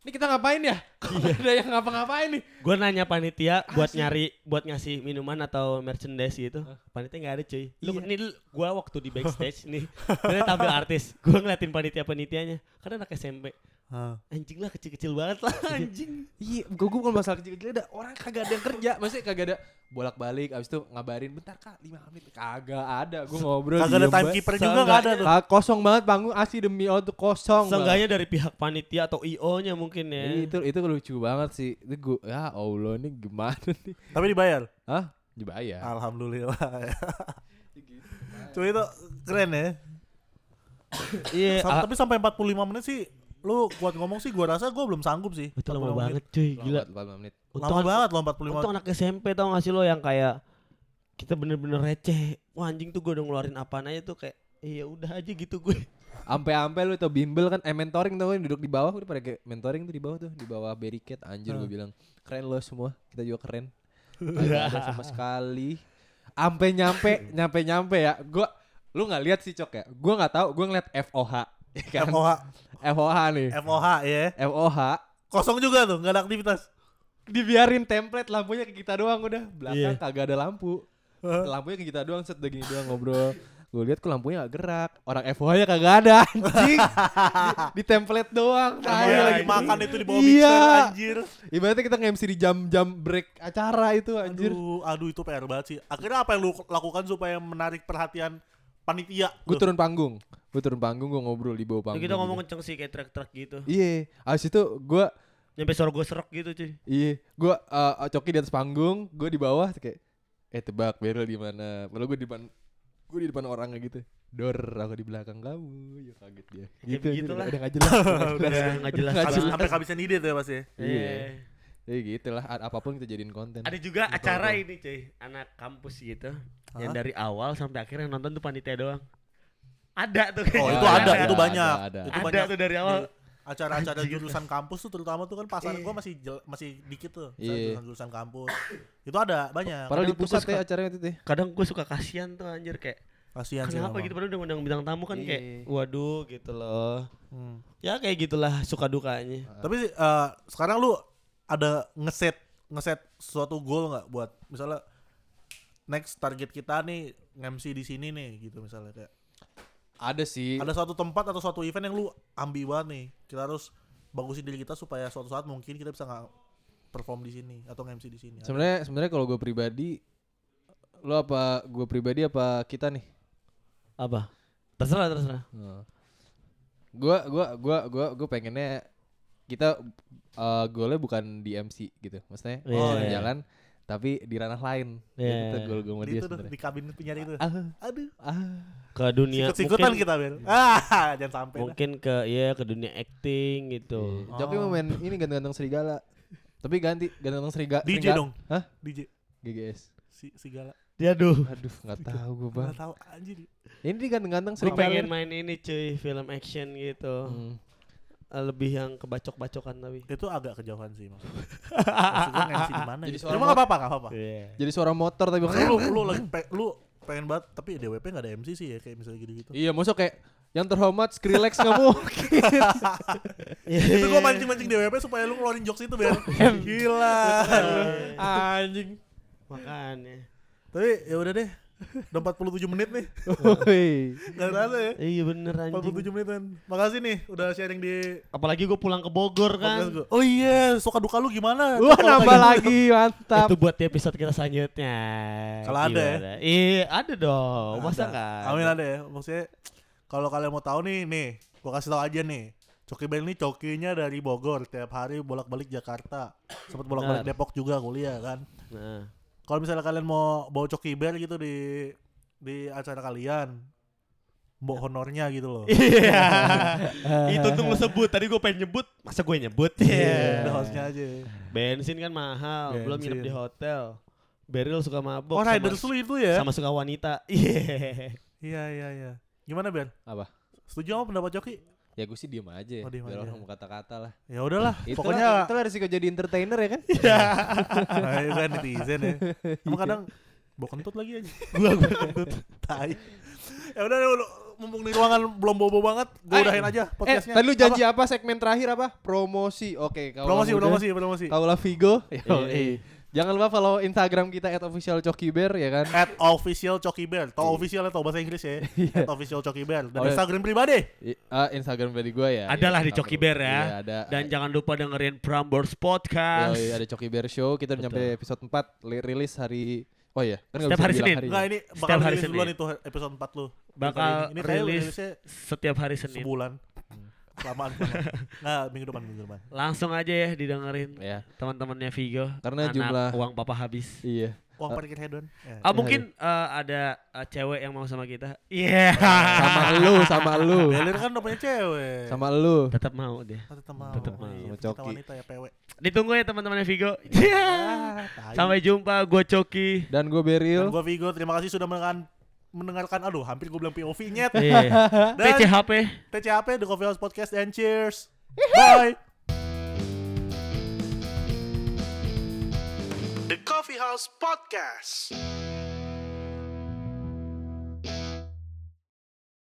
C: ini kita ngapain ya? Kagak ada yang ngapa-ngapain nih.
B: Gue nanya panitia buat nyari buat ngasih minuman atau merchandise gitu. Panitia nggak ada cuy. Lu
C: Iya.
B: ini lu- gua waktu di backstage nih. Ternyata tampil artis. Gua ngeliatin panitia-panitianya. Karena anak SMP.
A: Heeh.
B: Anjing lah kecil-kecil banget lah anjing.
C: Iya, gue gue bukan masalah kecil-kecil ada orang kagak ada yang kerja, maksudnya kagak ada bolak-balik abis itu ngabarin bentar Kak 5 menit kagak ada gue ngobrol
A: Kagak ada
C: diem banget.
A: timekeeper juga enggak ada tuh.
C: Kagak- kosong banget panggung asli demi Allah tuh kosong banget.
B: Seenggaknya dari pihak panitia atau IO-nya mungkin ya.
C: Iya, itu itu lucu banget sih itu gue ya Allah ini gimana nih
A: Tapi dibayar.
C: Hah?
B: Ya.
A: Ah,
C: dibayar
A: Alhamdulillah. ya.
B: *laughs*
A: Cuma itu keren ya.
B: Iya.
A: Sam- tapi sampai 45 menit sih lu kuat ngomong sih gua rasa gua belum sanggup sih. 45
B: Itu lama
A: menit.
B: banget cuy, gila.
C: 45 menit
A: Lama
B: Untung,
A: banget loh
B: untung
A: 45 menit.
B: anak SMP tau gak sih lo yang kayak kita bener-bener receh. Wah anjing tuh gue udah ngeluarin apaan aja tuh kayak iya udah aja gitu gue.
C: ampe-ampe lu tau bimbel kan eh mentoring tau kan duduk di bawah udah pada kayak mentoring tuh di bawah tuh di bawah barricade anjir gue bilang keren lo semua kita juga keren Kagak ada sama sekali. Ampe nyampe, nyampe nyampe ya. Gua lu nggak lihat sih Cok ya. Gua nggak tahu, gua ngeliat FOH. ya Kan?
A: FOH,
C: FOH nih.
A: FOH ya.
C: FOH
A: Kosong juga tuh, nggak ada aktivitas.
C: dibiarin template lampunya ke kita doang udah. Belakang
B: Iya.
C: kagak ada lampu.
A: Heeh.
C: Lampunya ke kita doang set udah gini doang ngobrol. Gue lihat kok lampunya gak gerak. Orang FOH-nya kagak ada anjing. di template
A: Emang
C: doang. tai,
A: dia lagi
C: anjing.
A: makan itu di bawah
C: Iya.
A: mixer anjir.
C: Ibaratnya kita nge-MC di jam-jam break acara itu anjir.
A: Aduh, aduh itu PR banget sih. Akhirnya apa yang lu lakukan supaya menarik perhatian panitia?
C: Gue
A: Lu-
C: turun panggung. Gue turun panggung, gue ngobrol di bawah panggung.
B: kita ngomong
C: gitu.
B: kenceng sih kayak truk-truk gitu.
C: Iya, abis itu gue
B: Nyampe suara gue serok gitu cuy.
C: Iya, gua eh, coki di atas panggung, gua di bawah kayak eh tebak Beryl di mana. Padahal gua di depan gua di depan orangnya gitu. Dor, aku di belakang kamu. Ya kaget dia.
B: Ya,
C: Gitu, gitu
B: begitulah.
C: udah nggak
B: *laughs*
C: jelas.
B: Udah nggak jelas.
C: Nggak
A: Habis-
C: jelas.
A: sampai kehabisan ide tuh ya pasti.
C: Iya.
B: Eh.
C: Ya gitulah, a- apapun kita jadiin konten.
B: Ada juga acara ini cuy, anak kampus gitu. Yang
A: Hah?
B: dari awal sampai akhir yang nonton tuh panitia doang. Ada tuh kayak
A: Oh,
C: Ada,
B: *laughs*
A: itu ada,
C: ada,
A: itu banyak.
C: ada, ada.
A: Itu
B: Ada
A: banyak. Iya.
B: tuh dari awal.
A: Acara-acara
B: Anjing.
A: jurusan kampus tuh terutama tuh kan pasaran gua masih jel- masih dikit tuh. Misalnya
C: Iya.
A: jurusan jurusan kampus. Itu ada banyak.
C: Padahal di
B: Kadang tuh
C: pusat
B: suka-
C: ya acaranya itu teh.
B: Kadang gue suka kasihan tuh anjir kayak
A: Kasihan Iya, sih.
B: kenapa
A: memang.
B: gitu padahal udah ngundang bintang tamu kan kayak
C: Iya.
B: waduh gitu loh.
A: Hmm.
B: Ya kayak gitulah suka dukanya.
A: Tapi eh, sekarang lu ada ngeset ngeset suatu goal nggak buat misalnya next target kita nih MC di sini nih gitu misalnya kayak
C: Ada sih.
A: ada suatu tempat atau suatu event yang lu ambi banget nih kita harus bagusin diri kita supaya suatu saat mungkin kita bisa nggak perform di sini atau MC di sini
C: Sebenarnya sebenarnya kalau gua pribadi lo apa gua pribadi apa kita nih?
B: Apa? Terserah terserah.
C: Heeh. Gua gua gua gua gua pengennya kita eh goalnya bukan di MC gitu. Maksudnya
B: Iya,
C: oh,
B: iya.
C: jalan tapi di ranah lain.
B: Iya,
C: Itu
B: iya.
C: goal gua sama
A: Di
C: dia
A: itu tuh
C: sebenarnya.
A: di kabin penyiar itu
C: Ah,
A: aduh
C: ah.
B: Ke dunia
A: sikut-sikutan
B: mungkin-
A: kita Ben ah jangan sampai dah.
B: mungkin ke ya ke dunia acting gitu.
A: Oh.
C: Joki mau main ini ganteng-ganteng serigala. Tapi ganti ganteng-ganteng serigala.
A: DJ
C: serigala.
A: dong.
C: Hah?
A: DJ
C: GGS.
A: si sigala
B: Ya duh.
C: Aduh, nggak tahu gua, Bang.
A: nggak tahu anjir
C: Ini kan? dia ganteng-ganteng
B: Gue
C: serigala.
B: pengen main ini cuy, film action gitu.
C: Hmm.
B: Eh, Lebih yang kebacok-bacokan tapi.
A: itu agak kejauhan sih maksudnya maksudnya MC di mana
C: Jadi
A: gitu.
C: suara
A: Cuma nggak apa-apa nggak apa-apa
B: Iya.
C: Jadi suara motor tapi
A: lu lu lagi pe- lu pengen banget tapi DWP nggak ada MC sih ya kayak misalnya gitu-gitu
C: Iya, masuk kayak yang terhormat Skrillex nggak
A: *laughs*
C: mungkin.
B: Iya.
A: itu gua mancing-mancing DWP supaya lu ngeluarin jokes itu
C: *laughs*
A: biar gila
C: Anjing.
B: Makanya.
A: Tapi ya udah deh. Udah 47 menit nih.
C: Woi.
A: Gak terasa ya.
B: Iya bener anjing.
A: 47 menit kan. Makasih nih udah sharing di
B: Apalagi gue pulang ke Bogor
A: podcast
B: kan.
A: gue. Oh iya, suka duka lu gimana?
C: Wah
A: Kalau
C: nambah
A: kayak
C: lagi mantap.
B: Itu buat di episode kita selanjutnya.
A: Kalau ada ya?
B: Gimana? Iya, ada dong.
A: gitu.
B: Masa
A: Ada.
B: enggak?
C: kan?
A: Amin ada ya. Maksudnya kalau kalian mau tahu nih, nih, gua kasih tahu aja nih. Coki Band ini cokinya dari Bogor, tiap hari bolak-balik Jakarta. Sempat bolak-balik
B: Benar.
A: Depok juga kuliah kan.
B: Nah,
A: Kalau misalnya kalian mau bawa Coki Band gitu di di acara kalian, mbok
C: Ya.
A: honornya gitu loh. *laughs*
B: Iya. Itu tuh lu sebut. Tadi gue pengen nyebut, masa gue nyebut? Iya.
A: Udah hostnya aja.
B: Bensin kan mahal, belum
A: Bensin.
B: nginep di hotel. Beryl suka
A: Oh,
B: mabok. sama-
A: Riders lu itu ya?
B: sama suka wanita. *laughs* Iya.
A: Iya iya iya. Gimana Ben?
C: Apa?
A: Setuju sama pendapat Coki?
C: Ya gue sih diem aja ya.
A: Oh, diem
C: biar
A: aja.
C: orang mau kata-kata lah.
A: Ya udahlah.
C: Pokoknya
A: Pokoknya *laughs*
C: itulah resiko jadi entertainer ya *laughs* kan?
A: nah, itu kan netizen ya. Emang
C: Iya.
A: kadang bawa kentut lagi aja.
B: Gua gua kentut.
A: Tai. Ya udah lu- mumpung di ruangan belum bobo banget, gua
C: Eh,
A: udahin aja
C: eh,
A: podcastnya.
C: tadi lu janji apa? Segmen terakhir apa? Promosi. Oke,
A: Apa?
C: kalau
A: Promosi,
C: udah-
A: promosi, promosi.
C: Kaulah Vigo. Yoi.
B: Iya.
C: Jangan lupa follow Instagram kita @officialcokiber ya kan?
A: At official Coki Bear. Tau official atau bahasa Inggris ya. At official Coki Bear. Dan
C: Oh, iya.
A: Instagram pribadi.
C: I- ah, Instagram dari gue ya. Iya,
B: Adalah di Coki Bear ya.
C: Iya, ada.
B: Dan jangan lupa dengerin Prambors Podcast.
C: Yoi, ada Coki Bear Show. Kita udah nyampe episode 4 li- rilis hari Oh iya, kan nggak
B: Setiap
C: bisa
B: hari
C: dibilang
B: Senin.
A: Enggak ini
B: Setiap
A: bakal
B: hari
A: rilis
B: Senin.
A: duluan itu episode 4 lu.
B: Bakal
A: ini kayak
B: rilis
A: rilisnya
B: setiap hari Senin.
A: sebulan. Hmm. Kelamaan. kelamaan. Nah, minggu depan, minggu depan.
B: Langsung aja ya didengerin
C: Ya.
B: teman-temannya Vigo.
C: Karena
B: Anak
C: jumlah-
B: uang papa habis.
C: Iya.
A: Uang parkir hedon. Ya.
B: Ah mungkin eh, ada eh, cewek yang mau sama kita. Iya.
C: Sama lu, sama lu.
B: *laughs*
A: Belir kan udah punya cewek.
C: Sama lu.
B: Tetap mau dia.
A: Oh, tetep mau.
B: Tetep mau.
A: Iya,
C: Sama
A: pecinta
C: Coki.
A: wanita ya PW.
B: Ditunggu ya teman-temannya Vigo. Iya.
A: Tai.
B: Sampai jumpa gue Coki.
C: Dan gue
A: Dan
C: Beril.
A: gua Vigo, terima kasih sudah mendengarkan mendengarkan aduh hampir gue bilang POV nyet
B: Iya.
A: dan
B: TCHP.
A: TCHP The Coffee House Podcast and cheers bye The Coffee House Podcast